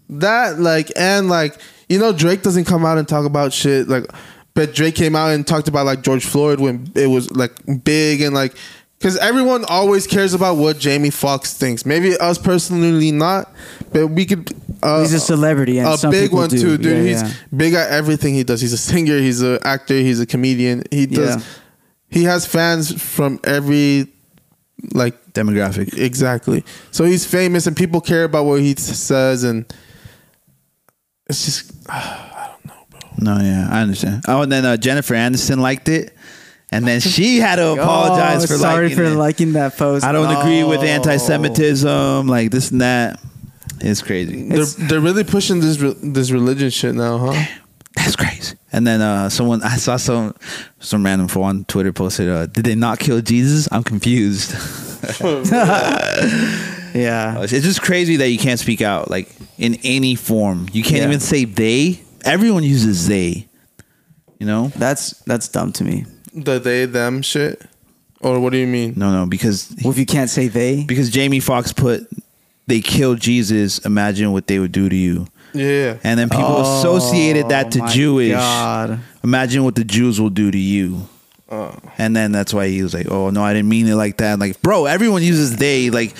That like and like you know Drake doesn't come out and talk about shit like, but Drake came out and talked about like George Floyd when it was like big and like because everyone always cares about what Jamie Foxx thinks. Maybe us personally not, but we could. Uh,
He's a celebrity, and
a
some
big
people
one
do.
too, dude.
Yeah,
he's
yeah.
big at everything he does. He's a singer. He's an actor. He's a comedian. He does.
Yeah.
He has fans from every like
Demographic.
Exactly. So he's famous, and people care about what he s- says, and it's just
No, yeah, I understand. Oh, and then uh, Jennifer Aniston liked it, and then she had to apologize
Oh,
for
sorry
liking
for
it.
liking that post.
I don't agree with
No.
anti-Semitism, like this and that. It's crazy.
they're they're really pushing this re- this religion shit now,
Eh.
huh?
That's crazy. And then uh, someone I saw some some random fool on Twitter posted, uh, "Did they not kill Jesus?" I'm confused.
Yeah.
it's just crazy that you can't speak out like in any form. You can't
Yeah.
even say they. Everyone uses they. You know?
That's that's dumb to me.
The they them shit, or what do you mean?
No, no, because
Well, if you can't say they,
because Jamie Foxx put they killed Jesus, imagine what they would do to you.
Yeah,
And then people associated that to
Oh my
Jewish.
God.
Imagine what the Jews will do to you.
Uh.
And then that's why he was like, "Oh no, I didn't mean it like that." Like, bro, everyone uses they. Like,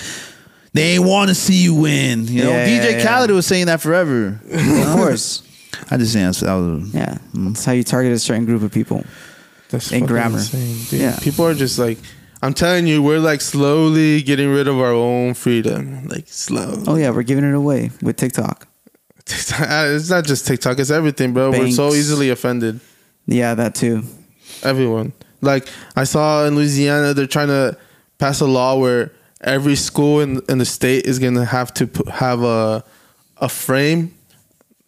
they ain't want to see you win. You know,
Yeah,
DJ
yeah, yeah.
Khaled was saying that forever.
of course,
I just think that's- that was
yeah, that's how you target a certain group of people.
that's
and
fucking
grammar.
dude.
Yeah.
people are just like, I'm telling you, we're like slowly getting rid of our own freedom, like slow.
Oh yeah, we're giving it away with TikTok.
it's not just TikTok; it's everything, bro.
Banks.
We're so easily offended.
Yeah, that too.
Everyone. Like I saw in Louisiana, they're trying to pass a law where every school in, in the state is gonna have to pu- have a a frame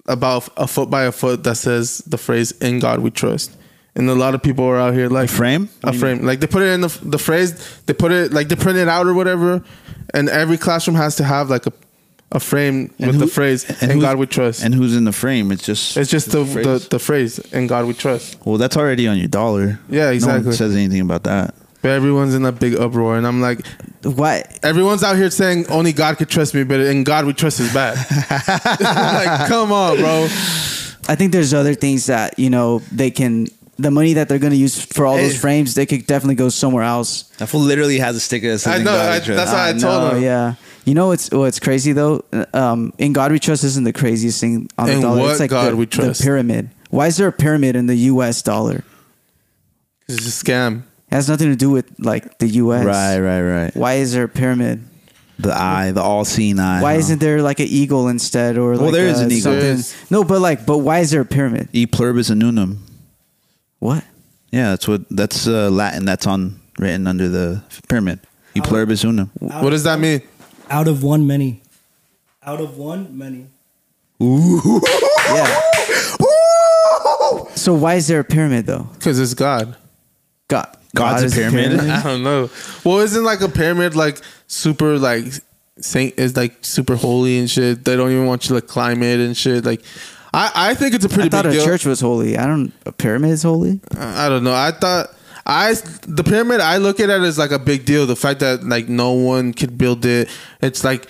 about a foot by a foot that says the phrase "In God We Trust." And a lot of people are out here like
frame?
a frame. Like they put it in the the phrase, they put it like they print it out or whatever, and every classroom has to have like a a frame
And
with the
who-
phrase
and
"In
who's-
God We Trust."
And who's in the frame? It's just
it's just the the, the phrase "In God We Trust."
well, that's already on your dollar.
Yeah,
No one
exactly.
says anything about that.
But everyone's in a big uproar, and I'm like,
What?
everyone's out here saying only God could trust me, but in God we trust His back. like, come on, bro.
I think there's other things that you know they can. The money that they're going to use for all those
Hey.
frames, they could definitely go somewhere else.
That fool literally has a sticker that says
I
"In
know,
God We
I-
Trust."
that's why I
Uh,
told
No,
him.
yeah. You know what's what's crazy though? Um, in God We Trust isn't the craziest thing on the
In
dollar.
what
it's like
God
the,
we trust?
the pyramid. Why is there a pyramid in the U.S. dollar?
It's a scam.
It has nothing to do with like the U.S.
Right, right, right.
Why is there a pyramid?
The eye, the all-seeing eye.
Why
huh?
isn't there like an eagle instead or
Well,
like
there
a
is an eagle.
something-
There is.
No, but like, but why is there a pyramid?
E pluribus unum.
What?
Yeah, that's what. That's uh, Latin. That's on written under the pyramid. E
Uh,
pluribus unum.
What does that mean?
Out of one, many. Out of one, many.
Yeah. So why is there a pyramid though?
Because it's God.
God.
God's a
is
pyramid?
I don't know. Well, isn't like a pyramid like super like saint is like super holy and shit. They don't even want you to climb it and shit. Like, I I think it's a pretty
I thought
big
a
deal.
church was holy. I don't. A pyramid is holy.
I don't know. I thought I the pyramid I look at it as like a big deal. The fact that like no one could build it. It's like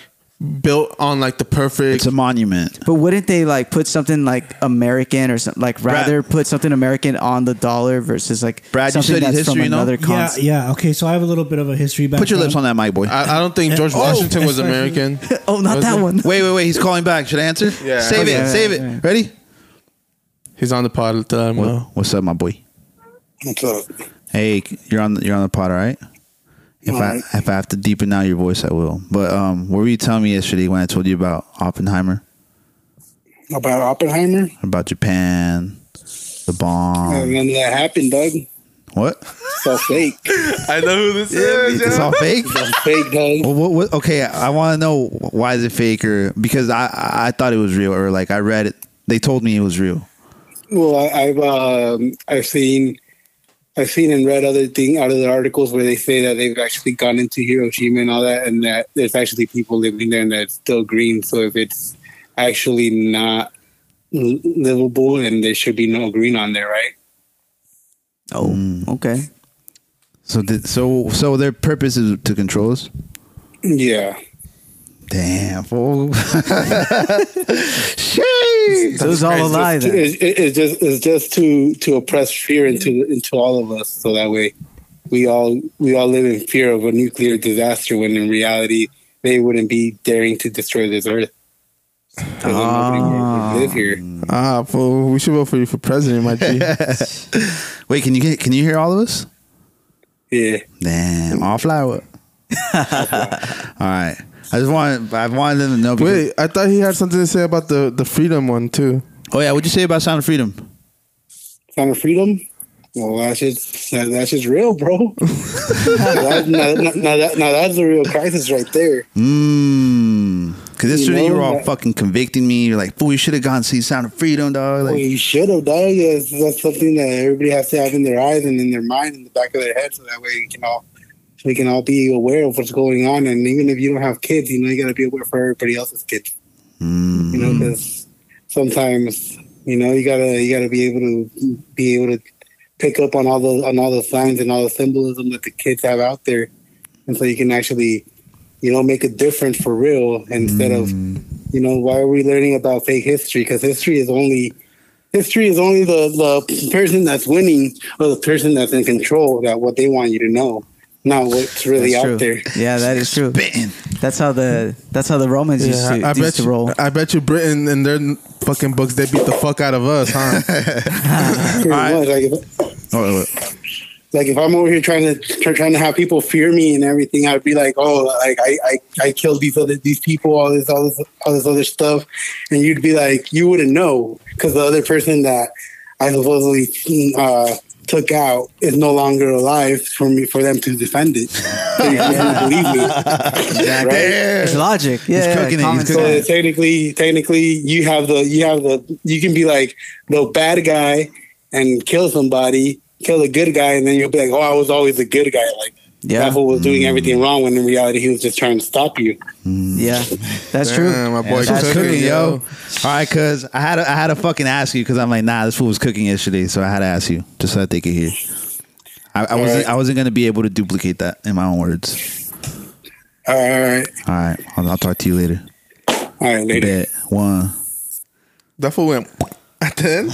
built on like the perfect.
It's a monument.
But wouldn't they like put something like American or something like rather put something American on the dollar versus like
Brad, you
something
studied
that's
history,
from
you know?
another
Yeah,
continent?
yeah. Okay, so I have a little bit of a history background.
Put your lips on that mic, boy.
I, I don't think George
Oh,
Washington was
that's right.
American.
Oh, not
Was
that
it?
one.
wait, wait, wait. He's calling back. Should I answer?
Yeah.
Save
Okay,
it.
right,
Save it.
right.
Ready?
He's on the pod. Tell him, uh,
What's up, my boy?
What's up?
Hey, you're on. You're on the pod, all right? If I
Alright.
if I have to deepen out your voice, I will. But um, what were you telling me yesterday when I told you about Oppenheimer,
About Oppenheimer?
about Japan, the bomb?
And none of that happened, Doug.
What?
It's all fake.
I know who this is.
It's all fake.
It's fake, Doug.
Well, what, what, okay, I want to know why is it fake or because I I I thought it was real or like I read it. They told me it was real.
Well, I, I've um, I've seen I've seen and read other thing out of the articles where they say that they've actually gone into Hiroshima and all that, and that there's actually people living there and that it's still green. So if it's actually not l- livable, then there should be no green on there, right?
Oh, okay.
So did, so so their purpose is to control us.
Yeah.
Damn fool. Sheesh.
So it was all a lie
It's,
then.
it- it's just it's just to to oppress fear into into all of us, so that way we all we all live in fear of a nuclear disaster. When in reality, they wouldn't be daring to destroy this earth. 'Cause then nobody would live here.
Ah, fool. We should vote for you for president, my G.
Wait, can you get, can you hear all of us?
Yeah.
Damn, all flower. all right. I just wanted I wanted them to know. because-
Wait, I thought he had something to say about the the freedom one too.
Oh yeah, what'd you say about Sound of Freedom?
Sound of freedom. Well, that's just that, that's just real, bro. that, now, now, now that, now that's a real crisis right there.
Mmm. Cause yesterday
know
you were all
that-
fucking convicting me. You're like, fool, you should have gone see Sound of Freedom, dog.
Well,
Like,
you should have, dog. That's, that's something that everybody has to have in their eyes and in their mind, in the back of their head, so that way you can all we can all be aware of what's going on. And even if you don't have kids, you know you got to be aware for everybody else's kids. You know, because sometimes you know you gotta you gotta be able to be able to pick up on all the on all the signs and all the symbolism that the kids have out there, and so you can actually you know make a difference for real instead of you know why are we learning about fake history? Because history is only history is only the, the person that's winning or the person that's in control that what they want you to know not what's really
That's
out
true.
there
Yeah, that is true.
bam.
That's how the that's how the Romans used to,
I, I
used
bet
to
you,
roll.
I bet you Britain and their fucking books they beat the fuck out of us, huh?
pretty much. Like, if,
Oh, wait,
like if i'm over here trying to try, trying to have people fear me and everything i'd be like oh like i i, I killed these other these people all this all this all this other stuff and you'd be like you wouldn't know because the other person that i supposedly uh took out is no longer alive for me for them to defend it so you not believe me right?
It's logic. Yeah, yeah,
cooking it,
common
he's
So
cooking
sense.
Yeah.
technically, technically, you have the you have the you can be like the bad guy and kill somebody, kill a good guy, and then you'll be like, oh, I was always a good guy. Like
Yeah,
that fool was
Mm.
doing everything wrong when in reality he was just trying to stop you.
Mm. yeah, that's
Damn,
true.
my boy
That's
cooking,
cooking,
yo.
yo. All right, cuz I had to, I had to fucking ask you because I'm like, nah, this fool was cooking yesterday, so I had to ask you just so that they could hear. I, I wasn't. I wasn't gonna be able to duplicate that in my own words.
All right, all right,
All right, I'll, I'll talk to you later.
all right, later.
Bet one.
That fool went at the end.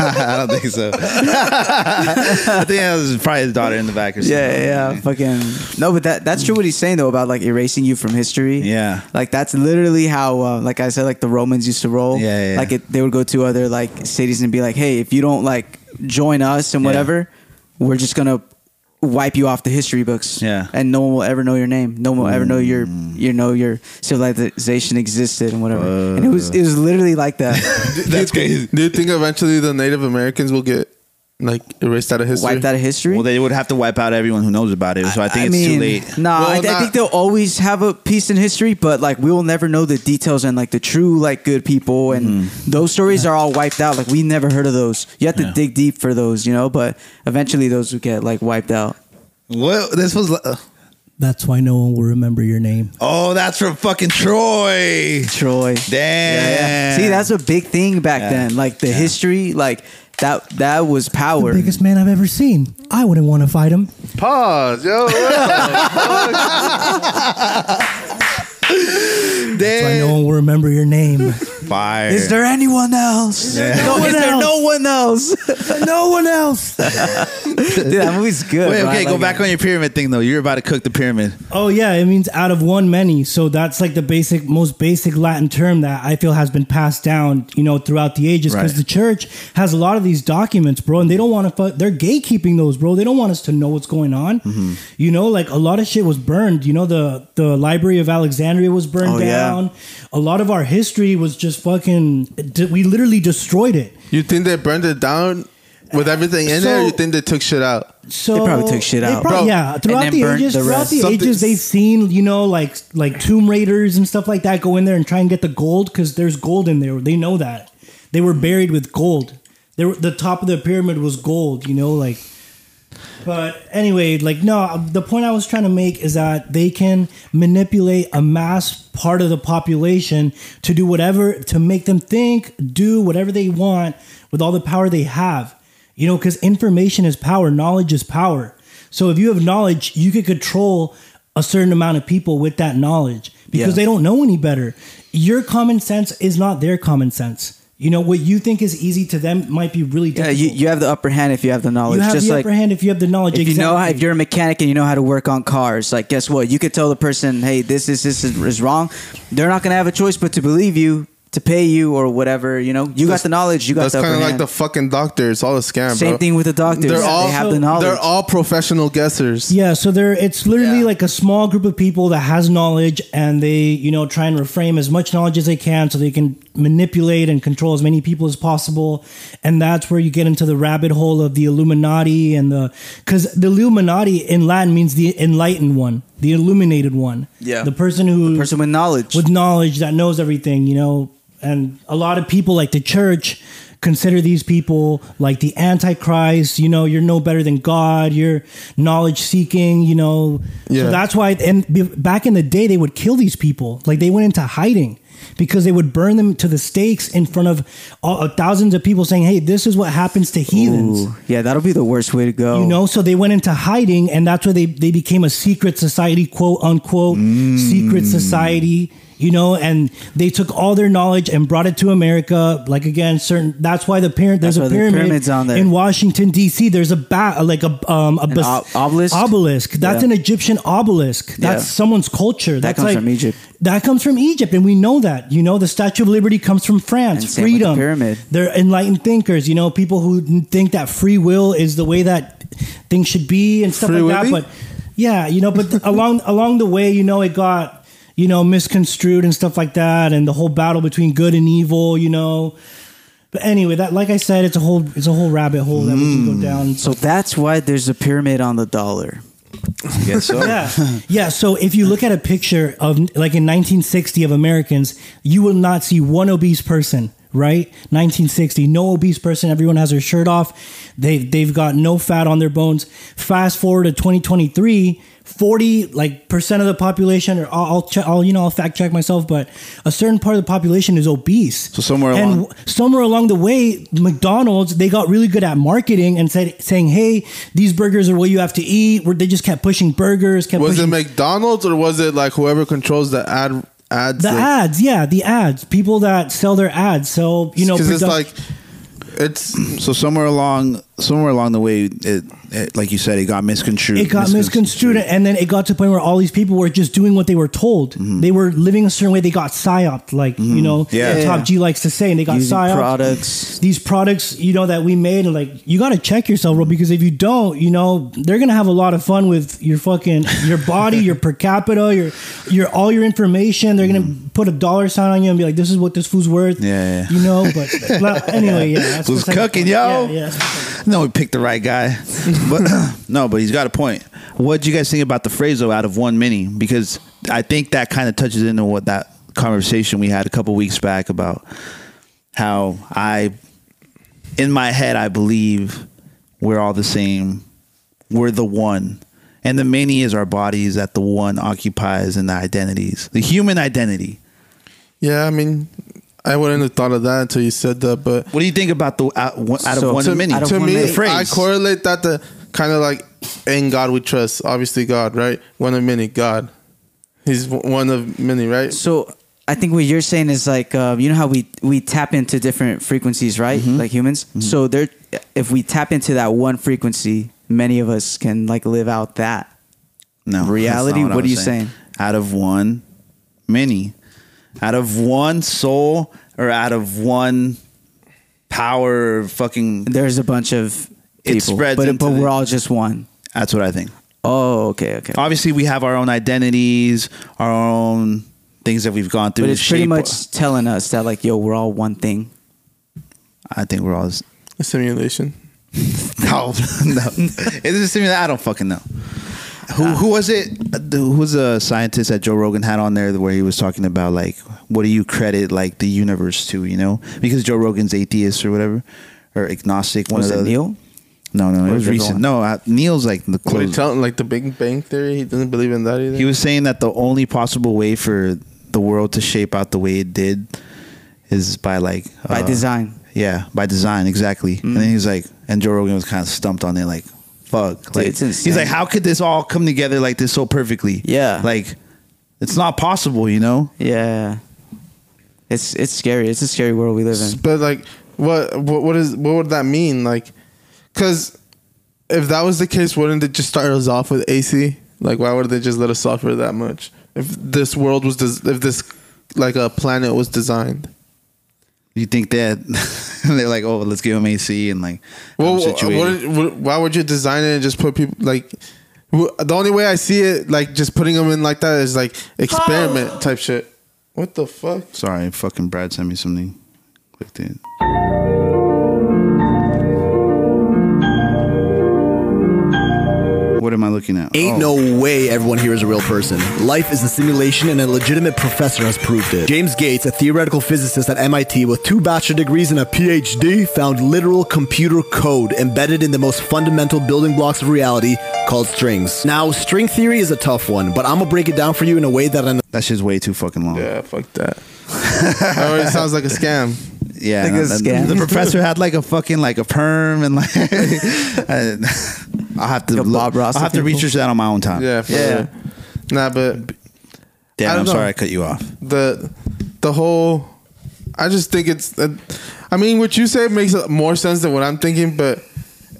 I don't think so. I think that was probably his daughter in the back or something.
Yeah, yeah, yeah, fucking no, but that that's true what he's saying though about like erasing you from history.
Yeah.
like that's literally how, uh, like I said, like the Romans used to roll.
Yeah, yeah, yeah.
like it, they would go to other like cities and be like, hey, if you don't like join us and
Yeah.
whatever, we're just gonna wipe you off the history books.
Yeah. Mm.
and no one will ever know your name. No one will ever know your you know your civilization existed and whatever. and it
Uh.
was it was literally like that,
That's crazy.
Do you think eventually the Native Americans will get like erased out of history?
wiped out of history.
Well, they would have to wipe out everyone who knows about it. So I think it's too late.
Nah,
Well,
I, I
not-
think they'll always have a piece in history, but like we will never know the details and like the true like good people and those stories are all wiped out. Like we never heard of those. You have to
Mm-hmm. Yeah.
dig deep for those, you know. But eventually, those would get like wiped out.
What this was? uh,
That's why no one will remember your name.
Oh, that's from fucking Troy.
Troy,
Damn.
See, that's a big thing back
Yeah.
then. Like the history, like that that was power.
Biggest man I've ever seen. I wouldn't want to fight him.
Pause, yo.
That's why no one will remember your name.
fire.
Is there anyone else?
Yeah.
No
No, is
one
there
else.
no one else?
no one else.
Dude, that movie's good.
Wait,
bro. I
okay, go
like
back
it.
on your pyramid thing though. You're about to cook the pyramid.
Oh yeah, it means out of one many. So that's like the basic, most basic Latin term that I feel has been passed down, you know, throughout the ages. Because
Right.
the church has a lot of these documents, bro, and they don't want to. Fu- they're gatekeeping those, bro. They don't want us to know what's going on.
Mm-hmm.
You know, like a lot of shit was burned. You know, the the Library of Alexandria was burned
Oh, yeah.
down. A lot of our history was just fucking. d- We literally destroyed it.
you think they burned it down with everything in there? Or you
So-
think they took shit out?
So
They probably took shit
they
out.
prob-
Bro,
yeah,
and
throughout
then
the
burnt
ages,
the
throughout
rest.
the
Something-
ages, they've seen you know like like tomb raiders and stuff like that go in there and try and get the gold because there's gold in there. They know that they were buried with gold. They were, the top of the pyramid was gold. You know, like. But anyway, like no, the point I was trying to make is that they can manipulate a mass part of the population to do whatever to make them think, do whatever they want with all the power they have. You know, because information is power, knowledge is power. So if you have knowledge, you could control a certain amount of people with that knowledge because
Yeah.
they don't know any better. Your common sense is not their common sense. You know, what you think is easy to them might be really
Yeah,
difficult.
you, you have the upper hand if you have the knowledge.
You have
Just
the
like
upper hand if you have the knowledge.
if you
exactly.
know how, if you're a mechanic and you know how to work on cars like guess what you could tell the person hey this this, this is, is wrong they're not going to have a choice but to believe you to pay you or whatever you know you got the knowledge you got
That's
the upper
kind of like
hand.
the fucking doctor. It's all a scam.
same
bro.
thing with the doctors
They're
they
all-
have
they're
the knowledge
They're all professional guessers.
Yeah, so there it's literally
Yeah.
like a small group of people that has knowledge and they, you know, try and reframe as much knowledge as they can so they can manipulate and control as many people as possible. And that's where you get into the rabbit hole of the Illuminati and the cuz the Illuminati in Latin means the enlightened one, the illuminated one.
Yeah.
The person who
person with knowledge
with knowledge that knows everything, you know. And a lot of people, like the church, consider these people like the Antichrist. You know, you're no better than God. You're knowledge seeking. You know,
Yeah.
so that's why. And b- back in the day, they would kill these people. Like they went into hiding because they would burn them to the stakes in front of all, thousands of people, saying, "Hey, this is what happens to heathens."
Ooh, yeah that'll be the worst way to go
You know, so they went into hiding, and that's where they they became a secret society, quote unquote,
Mm.
secret society. You know, and they took all their knowledge and brought it to America. Like again, certain. That's why the parent. There's a
That's why the
pyramid
pyramid's on there.
in Washington D.C. There's a bat, like a um a bas-
ob- obelisk?
Obelisk. That's
Yeah.
an Egyptian obelisk. That's
Yeah.
someone's culture. That that's
comes
like,
from Egypt.
That comes from Egypt, and we know that. You know, the Statue of Liberty comes from France.
And same with the
freedom.
pyramid.
They're enlightened thinkers, you know, people who think that free will is the way that things should be and stuff
Free
like
willy?
that. But yeah, you know, but along along the way, you know, it got you know misconstrued and stuff like that, and the whole battle between good and evil, you know. But anyway, that like I said, it's a whole it's a whole rabbit hole that we can go down.
so that's why there's a pyramid on the dollar
Yes, so.
yeah, yeah. So if you look at a picture of like in 1960 of Americans, you will not see one obese person. right? 1960. No obese person. Everyone has their shirt off. They they've got no fat on their bones. Fast forward to 2023. 40 like percent of the population, or I'll, I'll, che- I'll you know I'll fact check myself, but a certain part of the population is obese.
So somewhere
and
along-
w- somewhere along the way, McDonald's they got really good at marketing and said saying, "Hey, these burgers are what you have to eat." Where they just kept pushing burgers, kept
Was it
pushing
McDonald's or was it like whoever controls the ad ads?
the ads, yeah, the ads. People that sell their ads, so you know,
because it's
product-
like it's
So somewhere along, somewhere along the way, it, it like you said, it got misconstrued.
it got misconstrued, and then it got to a point where all these people were just doing what they were told.
Mm-hmm.
They were living a certain way. They got psyoped, like you know,
Yeah.
Top G likes to say, and they got
Using
psyoped.
products.
These products, you know, that we made, and like you got to check yourself, bro, because if you don't, you know, they're gonna have a lot of fun with your fucking your body, your per capita, your your all your information. They're gonna
Mm-hmm.
put a dollar sign on you and be like, "This is what this food's worth."
Yeah, yeah.
you know. But well, anyway, yeah, that's
Who's
the second
cooking,
point.
yo?
Yeah, yeah, that's the second point.
No, we picked the right guy. but no, but he's got a point. What do you guys think about the phrase though out of one mini? Because I think that kind of touches into what that conversation we had a couple weeks back about how I in my head I believe we're all the same. We're the one. And the many is our bodies that the one occupies and the identities. The human identity.
yeah. I mean, I wouldn't have thought of that until you said that, but
What do you think about the out, one- out
So-
of one
To-
many?
out of
to
one
me,
many.
phrase.
I correlate that to kind of like in God we trust. Obviously, God, right? One of many, God. He's w- one of many, right?
So I think what you're saying is like uh, you know how we we tap into different frequencies, right?
Mm-hmm.
Like humans. So there, if we tap into that one frequency, many of us can like live out that.
No. that's
Reality?
not
What
I
are
was
you saying?
Out of one, many. Out of one soul or out of one power or fucking.
There's a bunch of
It
people,
spreads
but
into
but
the-
we're all just one.
That's what I think.
Oh, okay, okay.
Obviously, we have our own identities, our own things that we've gone through.
But
to
it's pretty
shape-
much telling us that like, yo, we're all one thing.
I think we're all. s-
A simulation.
No, no. It doesn't seem that I don't fucking know. Who
Ah.
who was it? Who was a scientist that Joe Rogan had on there where he was talking about like what do you credit like the universe to? You know, because Joe Rogan's atheist or whatever or agnostic. One
Was
of the
it
other-
Neil?
No, no, it was
different
recent.
one?
No, I, Neil's like the
What you
close.
tell him? Like the Big Bang Theory? He doesn't believe in that either.
He was saying that the only possible way for the world to shape out the way it did is by like
By
uh,
design.
Yeah, by design, exactly. And then he's like, and Joe Rogan was kind of stumped on it, like, fuck. like,
it's
he's
insane.
like, how could this all come together like this so perfectly?
Yeah.
Like, it's not possible, you know?
Yeah. It's it's scary. It's a scary world we live in.
But like, what what what is what would that mean? Like, because if that was the case, wouldn't it just start us off with AC? Like, why would they just let us suffer that much? If this world was des- if this like a planet was designed,
You think that they're like, oh, let's give him AC and like, have
well, uh,
him
what,
situated.
what- why would you design it and just put people like? wh- The only way I see it, like just putting them in like that, is like experiment type shit. What the fuck?
Sorry, fucking Brad sent me something. Clicked it. What am I looking at?
Ain't
Oh.
no way everyone here is a real person. Life is a simulation, and a legitimate professor has proved it. James Gates, a theoretical physicist at MIT with two bachelor degrees and a PhD, found literal computer code embedded in the most fundamental building blocks of reality called strings. Now, string theory is a tough one, but I'm gonna break it down for you in a way that I know.
That shit's way too fucking long.
Yeah, fuck that. that already sounds like a scam.
Yeah,
Like
no,
a
the-
scam.
The professor had like a fucking like a perm and like I, will have to
Like a Bob Ross
I'll have to
people.
research that on my own time.
Yeah, for
Yeah.
real. Nah, but I
Damn,
don't
I'm
know.
sorry I cut you off.
the the whole i just think it's uh, i mean what you say makes more sense than what i'm thinking but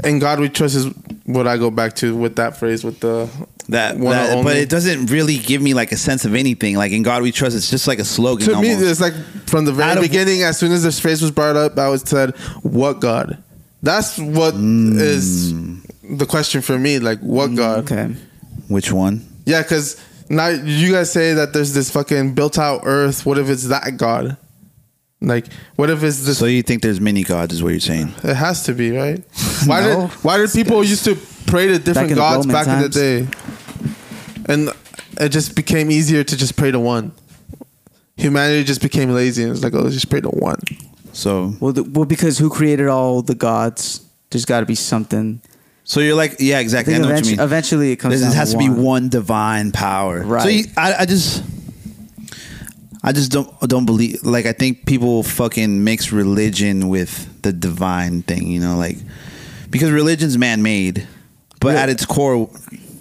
in god we trust is what i go back to with that phrase with the
That,
one
that-
and
but
only.
it doesn't really give me like a sense of anything. Like in God we trust, it's just like a slogan.
to
almost.
me it's like from the
Out
very
of-
beginning as soon as this phrase was brought up i was said what god that's what
Mm.
is the question for me like what god
Okay.
Which one?
yeah because now you guys say that there's this fucking built out earth what if it's that god like what if it's this
So you think there's many gods is what you're saying?
It has to be right. Why
No.
did why did people used to pray to different
in the
gods
Roman
back
times.
in the day? And it just became easier to just pray to one. Humanity just became lazy and it's like, oh, let's just pray to one.
So
Well, the, well, because who created all the gods? There's got to be something.
so you're like yeah exactly. I,
think
know what you
eventu-
mean.
eventually it comes
This
down
has to
to
be
one.
one divine power. So
Right.
you, I, I just, I just don't don't believe. Like I think people fucking mix religion with the divine thing. You know, like because religion's man made, but
Yeah.
at its core,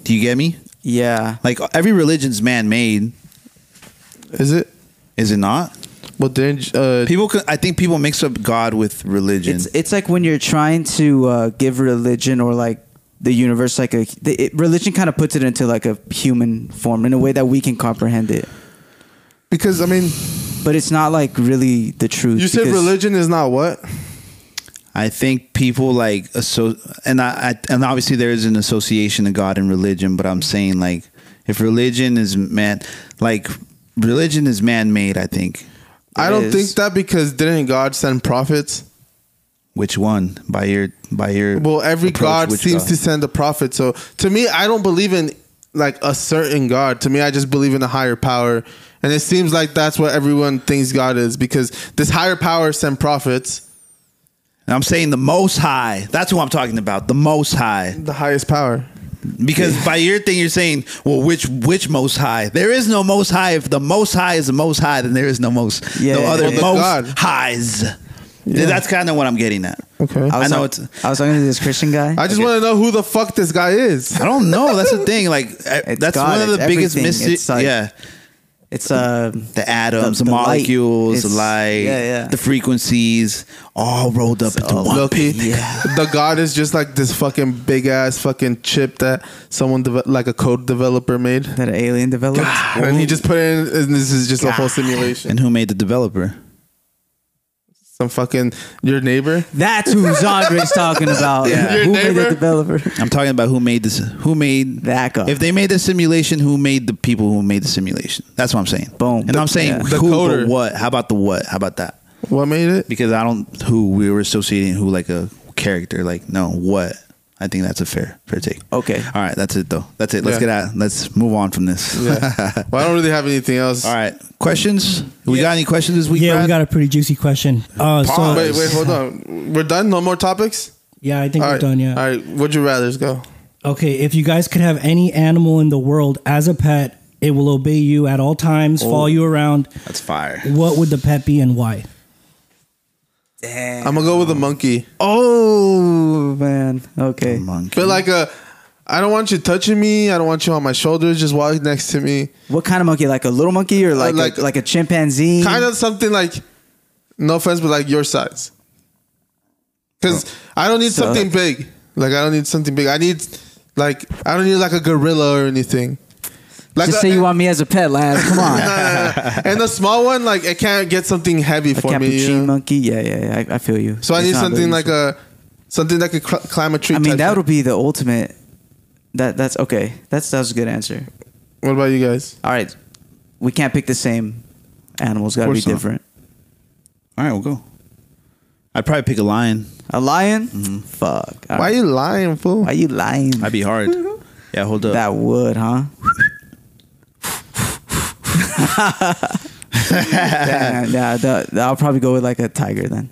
do you get me?
Yeah.
Like every religion's man made,
Is it?
is it not?
Well, didn't uh,
People, can, I think people mix up God with religion.
It's it's like when you're trying to uh, give religion or like the universe like a the, it, religion kind of puts it into like a human form in a way that we can comprehend it,
because I mean,
but it's not like really the truth.
you said
because-
religion is not what?
I think people like so, and I, I and obviously there is an association of God and religion, but I'm saying like if religion is man, like religion is man made. I think
I don't
is.
think that because didn't God send prophets?
which one by your by your
Well, every
approach,
god
which
seems to send a prophet. So to me, I don't believe in like a certain god. To me, I just believe in a higher power, and it seems like that's what everyone thinks God is because this higher power sent prophets,
And I'm saying the Most High. That's who I'm talking about. The Most High,
the highest power.
because by your thing you're saying, well, which which Most High? There is no Most High. If the Most High is the Most High, then there is no Most
Yeah,
no
yeah,
other
yeah. Well,
Most
the God.
Highs. That's kind of what I'm getting at.
Okay.
I,
was
know
talk-
it's.
I was talking to this Christian guy.
I just want to know who the fuck this guy is.
I don't know. That's the thing. Like I-
It's
that's
God.
one of the
It's
biggest
everything.
mysteries.
It's like-
yeah,
it's uh,
the atoms, the,
the light.
molecules, the
It's-
light,
yeah, yeah.
the frequencies, all rolled up into one.
Loki.
big-
Yeah.
The god is just like this fucking big ass fucking chip that someone deve- like a code developer made,
that an alien developed.
and he just put it in. And this is just a whole simulation.
And who made the developer?
Some fucking your neighbor.
That's who Zandre's talking about.
Yeah.
Your
Who made
neighbor?
the developer?
I'm talking about who made this. Who made
That guy.
If they made the simulation, who made the people who made the simulation? That's what I'm saying.
Boom.
And I'm saying
Yeah.
The
who,
coder.
but what? How about the what? How about that?
What made it?
Because I don't who we were associating who like a character. Like no what. I think that's a fair fair take.
Okay.
All right, that's it though. That's it. Let's
Yeah.
get out. Let's move on from this.
Yeah. Well, I don't really have anything else.
All right. Questions? We got any questions this week?
yeah,
Brad?
we got a pretty juicy question. Uh,
Oh,
so,
Wait, wait, hold on. We're done. No more topics.
yeah, I think
All
we're
right,
done. Yeah.
All right. Would you rather? Let's go.
Okay, if you guys could have any animal in the world as a pet, it will obey you at all times,
Oh.
follow you around.
That's fire.
What would the pet be and why?
I'm gonna go
Um,
with a monkey,
Oh man. Okay.
Monkey.
but like a. I don't want you touching me. I don't want you on my shoulders. Just walk next to me.
What kind of monkey? Like a little monkey or like
Uh, like-
a, like a chimpanzee?
Kind of something like, no offense, but like your size. Because I don't need
So-
something big. Like I don't need something big. I need, like I don't need like a gorilla or anything. Like
Just
a-
say you want me as a pet, lad. Come on.
and the small one, like it can't get something heavy
a
for
capuchin
me. you know?
monkey. Yeah, yeah, yeah. I, I feel you.
So I
It's
need
not
something
really
like
useful.
a, something that could cl- climb a tree.
I mean,
type
that
thing.
would be the ultimate. That that's okay. That's that was a good answer.
What about you guys?
All right, we can't pick the same animals. Got to be
course not.
different.
All right, we'll go. I'd probably pick a lion.
A lion? Fuck. All
Mm-hmm. Why
right.
you lying, fool?
Why you lying?
I'd be hard. yeah, hold up.
That would, huh? Damn, yeah, the, the- I'll probably go with like a tiger then.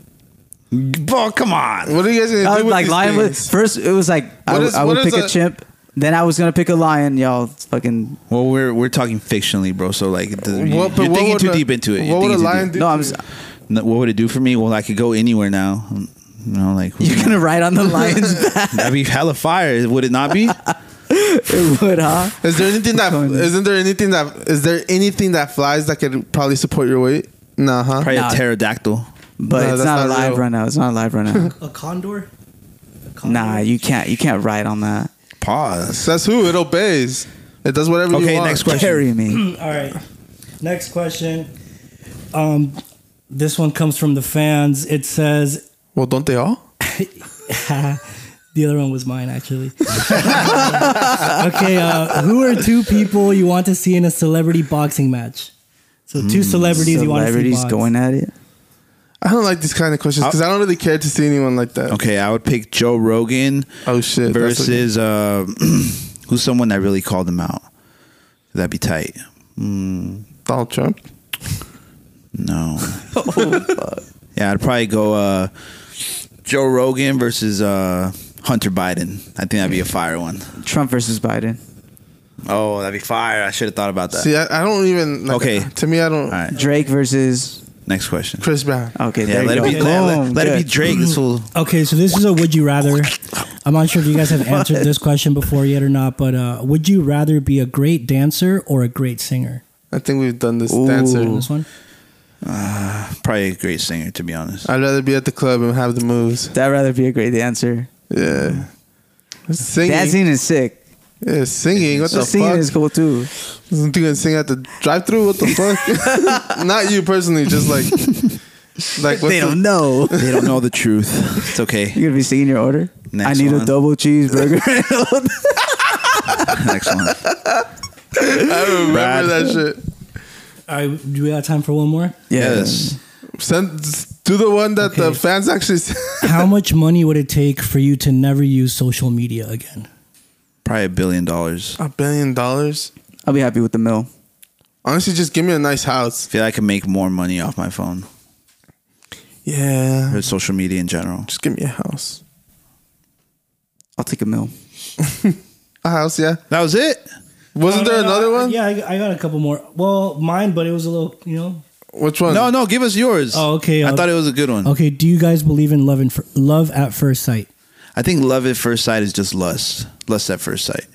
oh, come on.
What are you guys gonna
I
do
was
with
like
these
lion. With,
things?
first, it was like I,
What
would-
is-
I would
what is
pick a,
a-
chimp. Then I was gonna pick a lion. Y'all fucking
Well, we're we're talking fictionally, bro. So like, the, you-
What- but
you're
what
thinking
would
too
a-
deep into it. You're
what would
thinking
a
too
lion
deep.
do?
no. I'm
to
s-
you?
No, what would it do for me? Well, I could go anywhere now. Um, You know, like who's
you're gonna ride on the lion's back.
That'd be hella fire. Would it not be?
It would, huh?
Is there anything that?
Going in.
Isn't there anything that? Is there anything that flies that could probably support your weight? Nah, huh?
Probably
Nah.
a pterodactyl.
No,
But it's
that's
not,
not
alive
real.
right now. It's not alive right now.
A condor? A condor?
nah, you can't. You can't ride on that.
Pause.
That's who it obeys. It does whatever you
Okay,
want.
next question.
Carry me.
Mm, All right. Next question. Um, this one comes from the fans. It says,
Well, don't they all?
the other one was mine, actually. okay. Uh, who are two people you want to see in a celebrity boxing match? So, two celebrities, you want to see.
Hmm, Celebrities
box.
going at it.
I don't like these kind of questions because I don't really care to see anyone like that.
Okay, I would pick Joe Rogan
Oh shit. that's what-
versus uh, who's someone that really called him out. That'd be tight.
Donald Trump.
No. Oh, Yeah, I'd probably go uh, Joe Rogan versus uh, Hunter Biden. I think that'd be a fire one.
Trump versus Biden.
Oh, that'd be fire. I should have thought about that.
See, I, I don't even. Like,
Okay.
To me, I don't.
All right,
Drake versus
next question.
Chris Brown.
okay.
Yeah,
there you
let it
go.
be. Let, let-
Boom,
let it be
good.
Drake. This will.
Okay, so this is a would you rather. I'm not sure if you guys have answered this question before yet or not, but uh, would you rather be a great dancer or a great singer?
I think we've done this
Ooh.
dancer.
This one.
Probably a great singer, to be honest.
I'd rather be at the club and have the moves.
That'd rather be a great dancer.
Yeah. Singing.
Dancing is sick.
Yeah, singing. What
So
the
singing
fuck?
is cool too.
You gonna sing at the drive-through? What the fuck? Not you personally, just like, like what's
They
the,
don't know.
they don't know the truth. It's okay.
You're gonna be singing your order.
Next
I need a
one.
double cheeseburger.
Next one.
I remember
Brad.
that shit.
All right, do we have time for one more?
Yes.
Send do the one that the
Okay.
fans actually. s-
How much money would it take for you to never use social media again?
Probably a billion dollars.
A billion dollars.
I'll be happy with the mill.
Honestly, just give me a nice house.
I feel like I can make more money off my phone
Yeah,
or social media in general.
just give me a house.
I'll take a mill.
A house, yeah.
That was it.
Wasn't
No,
there
no, no,
another
I-
one?
Yeah, I, I got a couple more. Well, mine, but it was a little, you know.
Which one?
No, no, give us yours.
Oh, okay,
I
I'll-
thought it was a good one.
Okay, do you guys believe in love and fir- love at first sight?
I think love at first sight is just lust. Lust at first sight.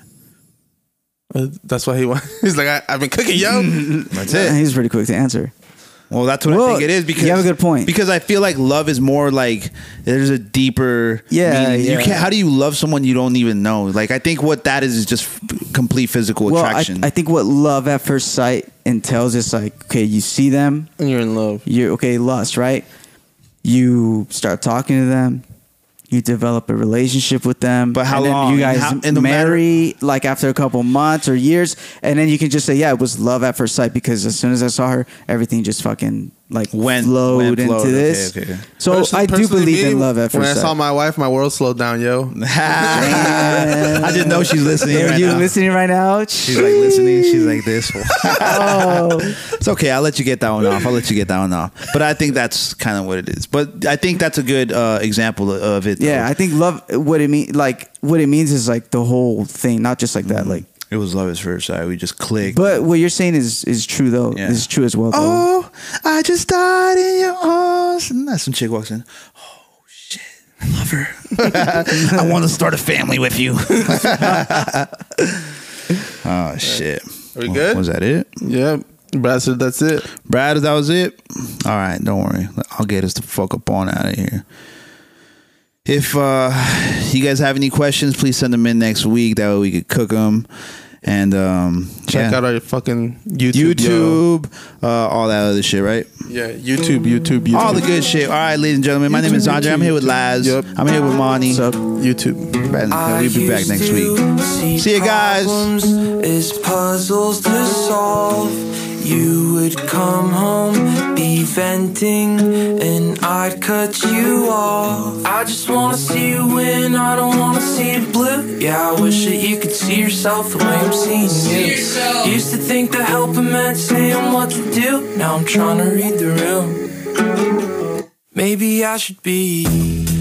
Uh, That's why he won. He's like, I, I've been cooking,
Mm-hmm.
yo.
That's
Yeah,
it.
He's pretty quick to answer.
Well, that's what
Well,
I think it is because
you have a good point.
Because I feel like love is more like there's a deeper.
Yeah,
meaning. You
yeah.
can't. How do you love someone you don't even know? Like I think what that is is just f- complete physical
Well, I,
attraction.
I think what love at first sight entails is like, okay, you see them,
and you're in love.
you okay, lust, right? You start talking to them, you develop a relationship with them,
But how
and then
long?
You
And
guys
how- in the matter-
marry like after a couple months or years, and then you can just say, yeah, it was love at first sight because as soon as I saw her, everything just fucking like
Went-
flowed
went
into
flowed. Okay,
this.
okay, okay.
So
Person-
I do
personally,
believe
me,
in love at
When
first
I saw
sight.
my wife, my world slowed down, yo.
I just know she's listening.
Are
right
you
now.
listening right now?
She's like listening. She's like this.
Oh.
It's okay. I'll let you get that one off. I'll let you get that one off. But I think that's kind of what it is. But I think that's a good uh, example of it. though.
Yeah, I think love. What it mean, like what it means, is like the whole thing, not just like
Mm-hmm.
that. Like,
it was love at first sight. We just clicked.
but what you're saying is is true though.
Yeah.
Is true as well. Though.
oh, I just died in your arms. And that's some chick walks in. Oh shit, I love her. I want to start a family with you. oh shit.
we good?
Was that it?
Yeah, Brad said that's it.
Brad, that was it. All right, don't worry. I'll get us the fuck up on out of here. If uh, you guys have any questions, please send them in next week. That way we could cook them and um,
Check
yeah.
out our fucking YouTube. yo.
YouTube, uh, all that other shit, right?
Yeah, YouTube, YouTube, YouTube.
All the good shit. All right, ladies and gentlemen, my name is Andre. I'm here with Laz.
Yep.
I'm here with Monty.
YouTube.
Brad and Nicole. We'll be back next week. See
See
you guys.
Problems is puzzles to solve. You would come home, be venting, and I'd cut you off. I just wanna see you win. I don't wanna see it blue. Yeah, I wish that you could see yourself the way I'm seeing you. Used to think that helping meant saying what to do. Now I'm trying to read the room. Maybe I should be